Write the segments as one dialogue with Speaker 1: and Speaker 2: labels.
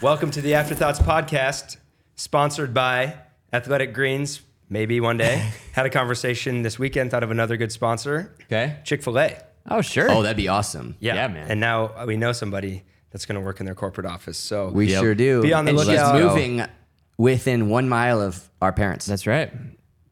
Speaker 1: Welcome to the Afterthoughts podcast, sponsored by Athletic Greens. Maybe one day. Had a conversation this weekend, thought of another good sponsor
Speaker 2: Okay.
Speaker 1: Chick fil A.
Speaker 2: Oh, sure.
Speaker 3: Oh, that'd be awesome.
Speaker 1: Yeah.
Speaker 2: Yeah, man.
Speaker 1: And now we know somebody that's going to work in their corporate office. So
Speaker 3: We
Speaker 2: Yep.
Speaker 3: sure do.
Speaker 1: Be on the
Speaker 3: and she's
Speaker 1: lookout.
Speaker 3: moving within one mile of our parents.
Speaker 2: That's right.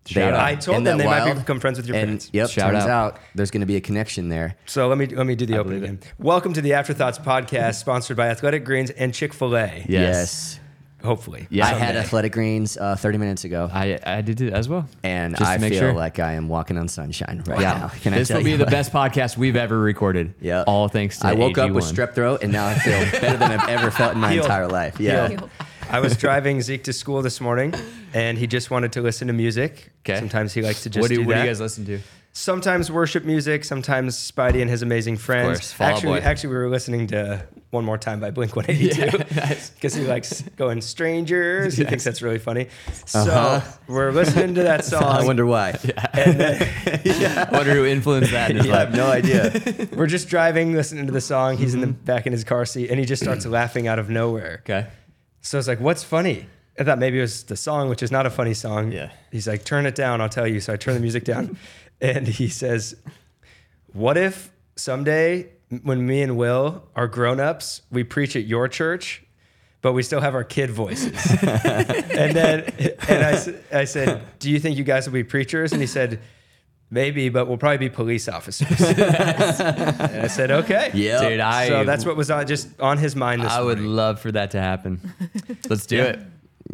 Speaker 3: They
Speaker 2: Shout
Speaker 3: are
Speaker 1: I
Speaker 2: out.
Speaker 1: told
Speaker 3: in
Speaker 1: them
Speaker 3: the
Speaker 1: they might
Speaker 3: wild.
Speaker 1: become friends with your
Speaker 3: and
Speaker 1: parents.
Speaker 3: yep,
Speaker 2: Shout
Speaker 3: turns
Speaker 2: out.
Speaker 3: out there's going to be a connection there.
Speaker 1: So let me let me do the opening again. Welcome to the Afterthoughts podcast, sponsored by Athletic Greens and Chick Fil A.
Speaker 2: Yes.
Speaker 1: Hopefully,
Speaker 2: Yeah.
Speaker 3: I had
Speaker 2: Someday.
Speaker 3: athletic greens uh, 30 minutes ago,
Speaker 2: I I did it as well.
Speaker 3: and
Speaker 2: Just to
Speaker 3: I
Speaker 2: make
Speaker 3: feel
Speaker 2: sure.
Speaker 3: like I am walking on sunshine right
Speaker 2: yeah.
Speaker 3: now. Can
Speaker 2: this
Speaker 3: I tell
Speaker 2: will be
Speaker 3: you?
Speaker 2: the best podcast we've ever recorded.
Speaker 3: Yeah.
Speaker 2: All thanks to
Speaker 3: I woke up with
Speaker 2: AG1.
Speaker 3: strep throat, and now I feel better than I've ever felt in my
Speaker 1: Healed.
Speaker 3: entire life. Yeah.
Speaker 1: Healed. I was driving Zeke to school this morning, and he just wanted to listen to music.
Speaker 2: 'Kay.
Speaker 1: Sometimes he likes to just
Speaker 2: What do,
Speaker 1: do,
Speaker 2: what do
Speaker 1: that.
Speaker 2: you guys listen to?
Speaker 1: sometimes worship music, sometimes Spidey and his amazing friends.
Speaker 2: course, Fall Out
Speaker 1: actually,
Speaker 2: Boy.
Speaker 1: actually, we were listening to one more time by Blink One Eighty Two because he likes going strangers. He thinks that's really funny. So
Speaker 2: Uh-huh.
Speaker 1: we're listening to that song.
Speaker 3: I wonder why.
Speaker 2: I wonder who influenced that in his
Speaker 3: I
Speaker 2: life.
Speaker 3: have no idea.
Speaker 1: We're just driving, listening to the song. He's in the
Speaker 2: Mm-hmm.
Speaker 1: back in his car seat, and he just starts laughing out of nowhere.
Speaker 2: Okay.
Speaker 1: So it's like, "What's funny?" I thought maybe it was the song, which is not a funny song.
Speaker 2: Yeah.
Speaker 1: He's like, "Turn it down, I'll tell you." So I turn the music down, and he says, "What if someday, m- when me and Will are grown-ups, we preach at your church, but we still have our kid voices?" and then, and I, s- I said, "Do you think you guys will be preachers?" And he said. Maybe, but we'll probably be police officers. and I said, okay.
Speaker 3: Yeah.
Speaker 2: Dude, I
Speaker 1: so that's what was on, just on his mind this
Speaker 2: I would
Speaker 1: morning.
Speaker 2: love for that to happen. Let's do it.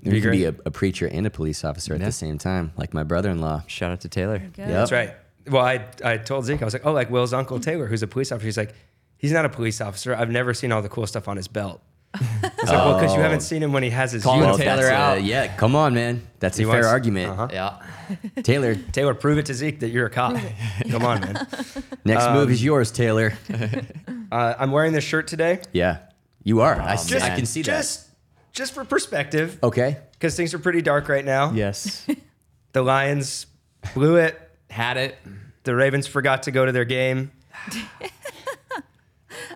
Speaker 3: You can be a, a preacher and a police officer at the same time, like my brother-in-law.
Speaker 2: Shout out to Taylor.
Speaker 4: Good.
Speaker 3: Yep.
Speaker 1: That's right. Well, I, I told Zeke, I was like, oh, like Will's uncle Taylor, who's a police officer. He's like, he's not a police officer. I've never seen all the cool stuff on his belt. It's like, well, because you
Speaker 3: Oh.
Speaker 1: haven't seen him when he has his
Speaker 2: Call him
Speaker 1: uniform.
Speaker 2: Taylor out.
Speaker 3: yeah, come on, man. That's
Speaker 1: He
Speaker 3: a fair
Speaker 1: wants-
Speaker 3: argument.
Speaker 1: Uh-huh.
Speaker 2: Yeah.
Speaker 3: Taylor,
Speaker 1: Taylor, prove it to Zeke that you're a cop. Come on, man.
Speaker 3: next
Speaker 2: Um,
Speaker 3: move is yours, Taylor.
Speaker 1: Uh, I'm wearing this shirt today.
Speaker 3: yeah, you are. I, see-
Speaker 1: Just-
Speaker 3: I can see that. Oh.
Speaker 1: Just, just for perspective,
Speaker 3: okay.
Speaker 1: because things are pretty dark right now.
Speaker 2: Yes.
Speaker 1: The Lions blew it.
Speaker 2: Had it.
Speaker 1: The Ravens forgot to go to their game.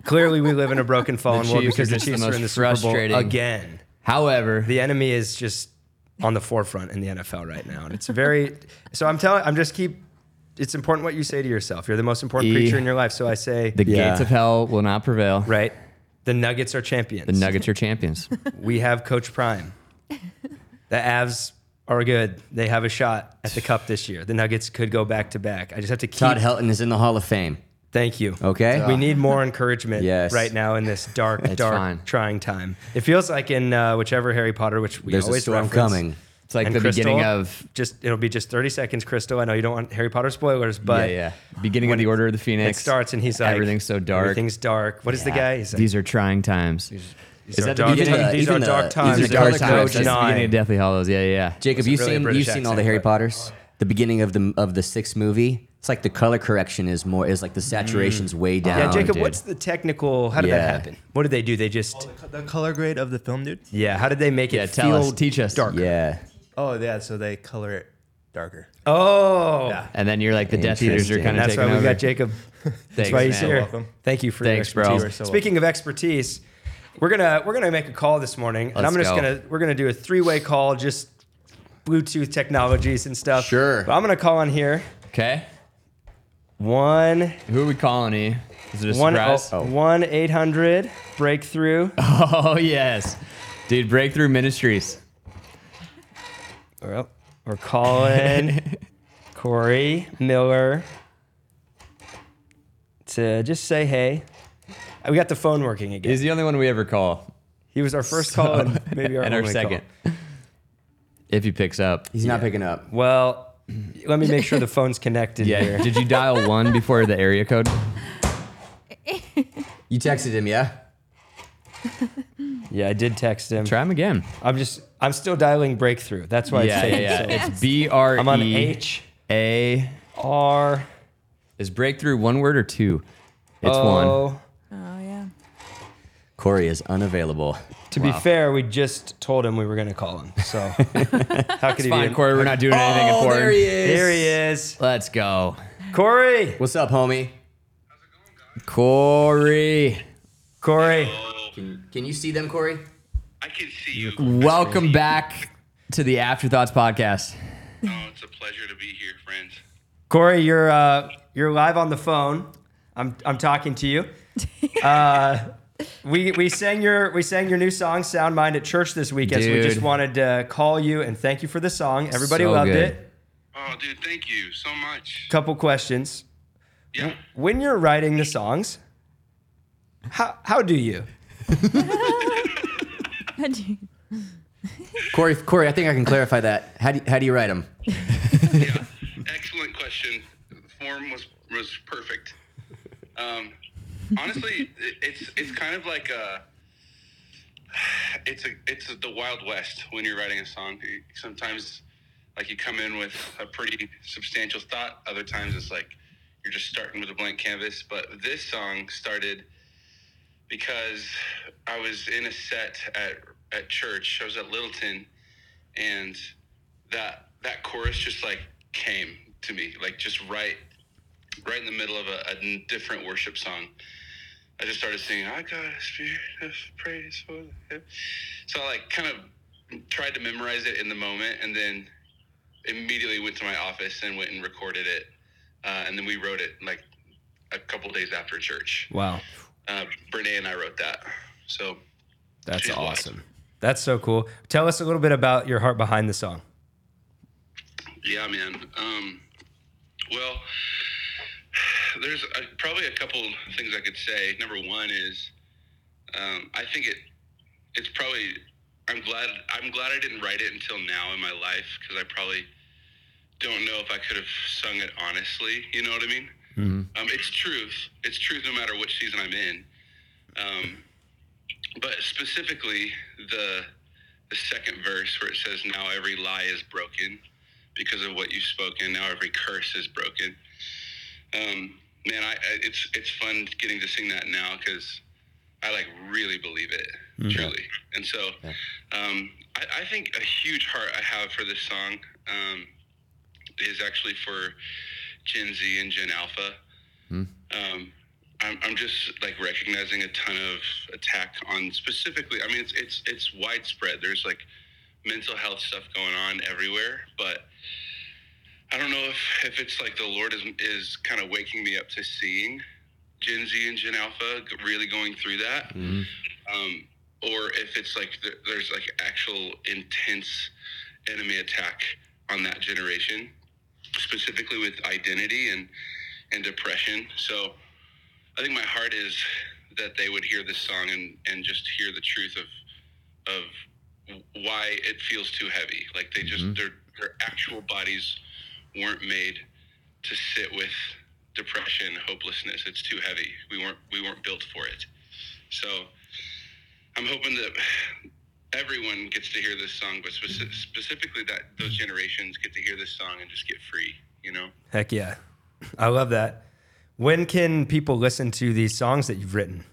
Speaker 1: Clearly, we live in a broken, fallen world
Speaker 2: Chiefs are
Speaker 1: because the
Speaker 2: just the
Speaker 1: Chiefs are
Speaker 2: most
Speaker 1: in the Super Bowl
Speaker 2: frustrating-
Speaker 1: again.
Speaker 2: However,
Speaker 1: the enemy is just on the forefront in the NFL right now, and it's very. so I'm telling, I'm just keep. It's important what you say to yourself. You're the most important
Speaker 2: E-
Speaker 1: preacher in your life. So I say,
Speaker 2: the
Speaker 3: Yeah.
Speaker 2: gates of hell will not prevail.
Speaker 1: right? The Nuggets are champions.
Speaker 2: The Nuggets are champions.
Speaker 1: we have Coach Prime. The Avs are good. They have a shot at the Cup this year. The Nuggets could go back to back. I just have to keep.
Speaker 3: Todd Helton is in the Hall of Fame.
Speaker 1: Thank you.
Speaker 2: Oh,
Speaker 3: Okay.
Speaker 1: We need more encouragement
Speaker 3: Yes.
Speaker 1: right now in this dark, dark,
Speaker 2: fine.
Speaker 1: trying time. It feels like in uh, whichever Harry Potter, which we
Speaker 3: There's a
Speaker 1: always
Speaker 3: storm
Speaker 1: reference,
Speaker 3: coming.
Speaker 2: It's like
Speaker 1: And
Speaker 2: the
Speaker 1: Crystal,
Speaker 2: beginning of
Speaker 1: just it'll be just 30 seconds crystal i know you don't want harry potter spoilers but
Speaker 2: yeah, yeah. Beginning of the Order of the
Speaker 1: it
Speaker 2: Phoenix.
Speaker 1: starts and he's like
Speaker 2: everything's so dark.
Speaker 1: everything's dark What is the
Speaker 2: Yeah.
Speaker 1: guy he's like,
Speaker 2: These are trying times.
Speaker 1: these
Speaker 2: is
Speaker 1: are
Speaker 2: that the
Speaker 1: dark
Speaker 3: beginning
Speaker 1: times.
Speaker 3: of-
Speaker 1: these
Speaker 3: even
Speaker 1: are
Speaker 3: the-
Speaker 1: dark
Speaker 3: these
Speaker 1: times
Speaker 3: are
Speaker 2: These
Speaker 3: the
Speaker 2: are dark
Speaker 3: Color
Speaker 2: times. That's
Speaker 3: Coach
Speaker 2: the beginning of
Speaker 1: nine.
Speaker 2: Deathly Hollows. Yeah, yeah. yeah.
Speaker 3: Jacob,
Speaker 1: Wasn't
Speaker 3: you've
Speaker 1: really a
Speaker 3: seen
Speaker 1: British
Speaker 3: you've seen all
Speaker 1: accent,
Speaker 3: the Harry
Speaker 1: but-
Speaker 3: Potters. The beginning of the of the sixth movie. It's like the color correction is more is like the saturation's way down.
Speaker 1: Mm. yeah jacob
Speaker 2: Oh, dude.
Speaker 1: what's the technical how did
Speaker 3: Yeah.
Speaker 1: that happen what did they do they just
Speaker 5: The color grade of the film, dude?
Speaker 1: yeah how did they make
Speaker 2: Yeah,
Speaker 1: it
Speaker 2: tell us.
Speaker 1: feel
Speaker 2: Teach us.
Speaker 1: dark
Speaker 3: Yeah.
Speaker 5: Oh, yeah, so they color it darker.
Speaker 1: oh
Speaker 5: Yeah.
Speaker 2: And then you're like the Death Eaters are
Speaker 3: Interesting.
Speaker 2: kind of
Speaker 1: that's
Speaker 2: taking
Speaker 1: why we
Speaker 2: over.
Speaker 1: got jacob that's
Speaker 2: Thanks,
Speaker 1: why
Speaker 2: man.
Speaker 1: he's here
Speaker 5: welcome.
Speaker 1: thank you for
Speaker 2: Thanks,
Speaker 1: your
Speaker 2: bro.
Speaker 1: expertise
Speaker 5: You are so
Speaker 1: Oh. speaking of expertise we're gonna we're gonna make a call this morning and
Speaker 2: Let's
Speaker 1: i'm just
Speaker 2: go.
Speaker 1: gonna we're gonna do a three-way call just bluetooth technologies and stuff
Speaker 3: Sure.
Speaker 1: but i'm gonna call on here
Speaker 2: Okay.
Speaker 1: One,
Speaker 2: Who are we calling? E? Is it a
Speaker 1: one,
Speaker 2: surprise?
Speaker 1: oh, one eight hundred breakthrough.
Speaker 2: Oh yes, dude. Breakthrough Ministries.
Speaker 1: Well, We're calling Corey Miller to just say hey. Uh, We got the phone working again.
Speaker 2: He's the only one we ever call.
Speaker 1: He was our first call and maybe our,
Speaker 2: and our
Speaker 1: only
Speaker 2: second.
Speaker 1: call.
Speaker 2: If he picks up.
Speaker 3: He's not picking up.
Speaker 1: Well, let me make sure the phone's connected
Speaker 2: Yeah.
Speaker 1: here.
Speaker 2: Did you dial one before the area code?
Speaker 3: You texted him, yeah?
Speaker 1: Yeah, I did text him.
Speaker 2: Try him again.
Speaker 1: I'm just, I'm still dialing breakthrough. That's why Oh, it's
Speaker 2: Yeah, yeah,
Speaker 1: taking
Speaker 2: yeah.
Speaker 1: so long.
Speaker 2: It's B R E.
Speaker 1: I'm on H
Speaker 2: A.
Speaker 1: R
Speaker 2: Is breakthrough one word or two? It's one.
Speaker 1: O.
Speaker 4: Oh yeah.
Speaker 3: Corey is unavailable.
Speaker 1: To be fair, we just told him we were going to call him. So how could he be?
Speaker 2: Fine, Corey. We're not doing anything important.
Speaker 3: is.
Speaker 1: Here Oh, he is,
Speaker 2: Let's go,
Speaker 1: Corey.
Speaker 3: What's up, homie?
Speaker 2: Corey.
Speaker 1: Corey,
Speaker 3: Can you see them, Corey?
Speaker 4: I can see you.
Speaker 2: Welcome back to the Afterthoughts podcast.
Speaker 4: Oh, it's a pleasure to be here, friends.
Speaker 1: Corey, you're uh, you're live on the phone. I'm I'm talking to you. Uh, we we sang your we sang your new song "Sound Mind" at church this weekend. So we
Speaker 2: Dude.
Speaker 1: just wanted to call you and thank you for the song. Everybody
Speaker 2: So
Speaker 1: loved
Speaker 2: good.
Speaker 1: it.
Speaker 4: Oh, dude, thank you so much.
Speaker 1: Couple questions.
Speaker 4: Yeah.
Speaker 1: When you're writing the songs, how how do you?
Speaker 3: Corey, Corey, I think I can clarify that. How do you, how do you write them?
Speaker 4: yeah. Excellent question. Form was was perfect. Um, honestly, it- it's it's kind of like a it's a it's the wild west when you're writing a song. You- Sometimes, like you come in with a pretty substantial thought. Other times, it's like you're just starting with a blank canvas. But this song started because I was in a set at at church. I was at Littleton, and that that chorus just like came to me like just right right in the middle of a, a different worship song i just started singing i got a spirit of praise for the Heav-" so i like kind of tried to memorize it in the moment and then immediately went to my office and went and recorded it uh, and then we wrote it like a couple days after church
Speaker 1: Wow,
Speaker 4: uh, brene and i wrote that so
Speaker 1: that's
Speaker 4: She's wild.
Speaker 1: awesome. That's so cool. Tell us a little bit about your heart behind the song.
Speaker 4: Yeah, man. Um, well, there's uh probably a couple things I could say. Number one is, um, I think it it's probably I'm glad I'm glad I didn't write it until now in my life because I probably don't know if I could have sung it honestly. You know what I mean? Um, it's truth. It's truth no matter which season I'm in. Um, but specifically the the second verse where it says, "Now every lie is broken." because of what you've spoken. Now every curse is broken. Um, man, I, I it's it's fun getting to sing that now because I like really believe it truly. And so, um, I, I think a huge heart I have for this song um, is actually for Gen Z and Gen Alpha. Um, I'm, I'm just like recognizing a ton of attack on specifically. I mean, it's it's it's widespread. There's like mental health stuff going on everywhere, but I don't know if, if it's like the Lord is is kind of waking me up to seeing Gen Z and Gen Alpha g- really going through that, um, or if it's like th- there's like actual intense enemy attack on that generation, specifically with identity and and depression. So I think my heart is that they would hear this song and and just hear the truth of of why it feels too heavy. Like they just their their actual bodies weren't made to sit with depression, hopelessness. It's too heavy. We weren't we weren't built for it. So I'm hoping that everyone gets to hear this song, but speci- specifically that those generations get to hear this song and just get free. You know.
Speaker 1: Heck yeah, I love that. When can people listen to these songs that you've written?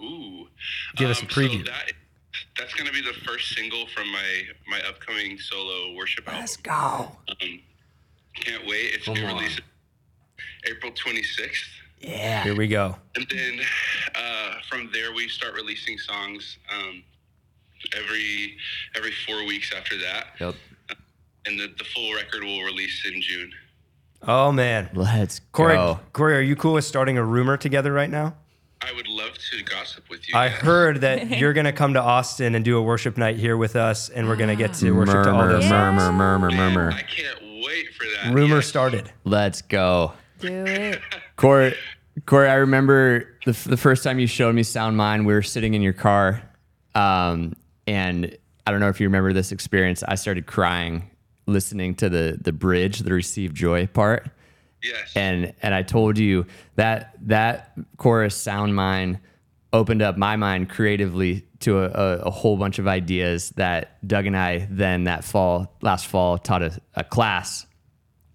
Speaker 4: Ooh. Um,
Speaker 1: Give us a preview.
Speaker 4: So that, that's going to be the first single from my my upcoming solo worship album. Let's go. Um, can't wait. It's due release April 26th.
Speaker 1: Here we go.
Speaker 4: And then uh, from there, we start releasing songs um, every every four weeks after that.
Speaker 2: Yep.
Speaker 4: And the, the full record will release in June.
Speaker 1: Oh man,
Speaker 2: Let's
Speaker 1: Corey,
Speaker 2: go.
Speaker 1: Corey, are you cool with starting a rumor together right now?
Speaker 4: I would love to gossip with you.
Speaker 1: I
Speaker 4: guys.
Speaker 1: heard that you're gonna come to Austin and do a worship night here with us, and we're gonna get to worship to all those.
Speaker 2: murmur, murmur, murmur,
Speaker 4: Man,
Speaker 2: murmur.
Speaker 4: I can't wait for that.
Speaker 1: Rumor
Speaker 4: Yes.
Speaker 1: started.
Speaker 2: Let's go.
Speaker 6: Do it.
Speaker 2: Corey, Corey, I remember the, f- the first time you showed me Sound Mind, we were sitting in your car. Um, and I don't know if you remember this experience. I started crying listening to the, the bridge, the receive joy part.
Speaker 4: Yes.
Speaker 2: And, and I told you that that chorus Sound Mind opened up my mind creatively to a, a, a whole bunch of ideas that Doug and I then that fall, last fall, taught a, a class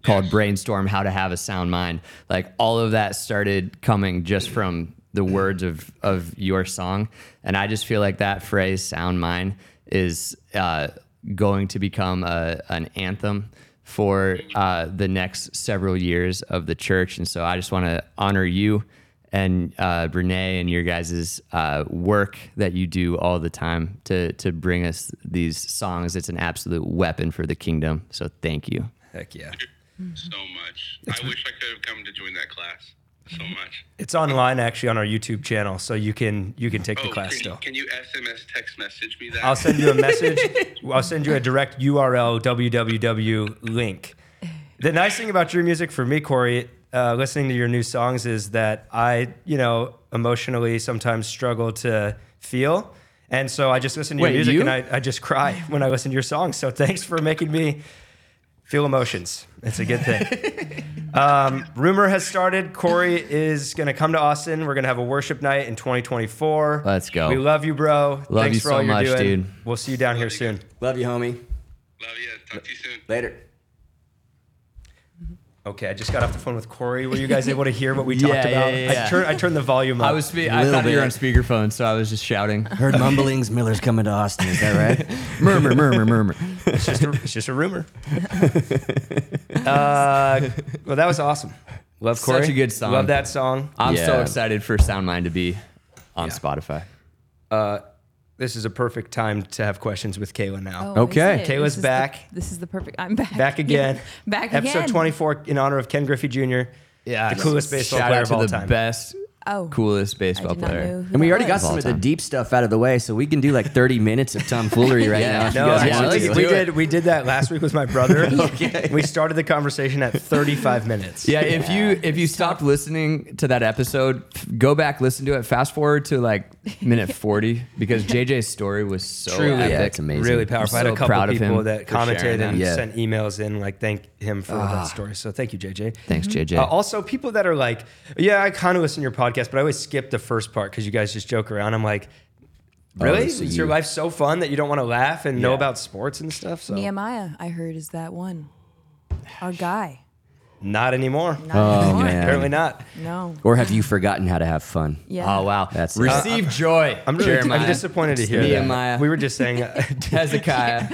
Speaker 2: called Brainstorm How to Have a Sound Mind. Like all of that started coming just from the words of, of your song. And I just feel like that phrase, sound mind, is uh, going to become a, an anthem for uh, the next several years of the church. And so I just want to honor you and uh, Renee and your guys' uh, work that you do all the time to to bring us these songs. It's an absolute weapon for the kingdom. So thank you.
Speaker 5: Heck yeah.
Speaker 4: so much. I wish I could have come to join that class so much.
Speaker 5: It's online actually on our YouTube channel, so you can you can take the
Speaker 4: Oh,
Speaker 5: class
Speaker 4: can, you,
Speaker 5: still.
Speaker 4: can you SMS text message me that?
Speaker 5: I'll send you a message. I'll send you a direct URL www link. The nice thing about your music for me, Corey, uh, listening to your new songs is that I, you know, emotionally sometimes struggle to feel. And so I just listen to
Speaker 2: Wait,
Speaker 5: your music
Speaker 2: you?
Speaker 5: and I, I just cry when I listen to your songs. So thanks for making me feel emotions. It's a good thing. Um, rumor has started. Corey is going to come to Austin. We're going to have a worship night in 2024.
Speaker 2: Let's go.
Speaker 5: We love you, bro.
Speaker 2: Love
Speaker 5: Thanks
Speaker 2: you
Speaker 5: for
Speaker 2: so
Speaker 5: all you're
Speaker 2: much,
Speaker 5: doing.
Speaker 2: dude.
Speaker 5: We'll see you down here soon.
Speaker 3: Love you, homie.
Speaker 4: Love you. Talk to you soon.
Speaker 3: Later.
Speaker 5: Okay, I just got off the phone with Corey. Were you guys able to hear what we
Speaker 2: Yeah,
Speaker 5: talked
Speaker 2: yeah,
Speaker 5: about?
Speaker 2: yeah, yeah.
Speaker 5: I turned I turned the volume up.
Speaker 2: I was spe- I
Speaker 3: Little
Speaker 2: thought you were
Speaker 3: bit.
Speaker 2: on speakerphone, so I was just shouting.
Speaker 3: Heard mumblings. Miller's coming to Austin. Is that right?
Speaker 2: murmur, murmur, murmur.
Speaker 5: it's just a, it's just a rumor. uh, well, that was awesome. Love Corey.
Speaker 2: a good song.
Speaker 5: Love that song.
Speaker 2: I'm so
Speaker 3: Yeah.
Speaker 2: excited for Soundmind to be on Spotify.
Speaker 5: This is a perfect time to have questions with Kayla now.
Speaker 6: Oh, is
Speaker 3: Okay.
Speaker 6: it? This is
Speaker 5: Kayla's
Speaker 6: the-
Speaker 5: back.
Speaker 6: this is the perfect. I'm back.
Speaker 5: Back again.
Speaker 6: Yeah, back
Speaker 5: Episode
Speaker 6: again.
Speaker 5: 24 in honor of Ken Griffey Jr.
Speaker 2: Yeah,
Speaker 5: The coolest baseball
Speaker 2: shout
Speaker 5: player
Speaker 2: out
Speaker 5: of
Speaker 2: to
Speaker 5: all
Speaker 2: the
Speaker 5: time.
Speaker 2: best,
Speaker 6: Oh,
Speaker 2: coolest
Speaker 6: I
Speaker 2: baseball
Speaker 6: did not
Speaker 2: player.
Speaker 6: know who
Speaker 3: And we
Speaker 6: that
Speaker 3: already got
Speaker 6: was.
Speaker 2: all
Speaker 3: some of the
Speaker 2: time.
Speaker 3: deep stuff out of the way, so we can do like 30 minutes of tomfoolery right
Speaker 2: Yeah.
Speaker 3: now. If
Speaker 5: No,
Speaker 3: you guys
Speaker 5: actually,
Speaker 2: yeah,
Speaker 3: want
Speaker 2: let's
Speaker 5: we,
Speaker 3: to.
Speaker 5: we
Speaker 2: do it.
Speaker 5: did we did that last week with my brother. We started the conversation at 35 minutes.
Speaker 2: Yeah, if you if you stopped listening to that episode, f- go back listen to it. Fast forward to like minute forty because JJ's story was so
Speaker 5: Truly,
Speaker 2: epic.
Speaker 3: Yeah, it's amazing.
Speaker 5: Really powerful. I had
Speaker 2: so
Speaker 5: a couple
Speaker 2: proud of
Speaker 5: people
Speaker 2: him
Speaker 5: that
Speaker 2: for sharing
Speaker 5: commented
Speaker 2: that.
Speaker 5: and
Speaker 3: Yeah.
Speaker 5: sent emails in, like thank him for that story. So thank you, JJ.
Speaker 2: Thanks, JJ.
Speaker 5: Uh, also, people that are like, yeah, I kind of listen to your podcast, but I always skip the first part because you guys just joke around. I'm like, really?
Speaker 3: this is
Speaker 5: Is your
Speaker 3: you.
Speaker 5: life so fun that you don't want to laugh and know
Speaker 2: Yeah.
Speaker 5: about sports and stuff? So
Speaker 6: Nehemiah, I heard, is that one. Our guy.
Speaker 5: not anymore.
Speaker 6: Not
Speaker 3: Oh,
Speaker 6: anymore.
Speaker 3: man.
Speaker 5: Apparently not.
Speaker 6: No.
Speaker 3: Or have you forgotten how to have fun?
Speaker 6: Yeah.
Speaker 2: Oh wow,
Speaker 3: That's-
Speaker 2: receive joy.
Speaker 5: uh, I'm really
Speaker 2: Jeremiah.
Speaker 5: I'm disappointed to hear
Speaker 2: Nehemiah.
Speaker 5: that. We were just saying, I'm
Speaker 2: Hezekiah,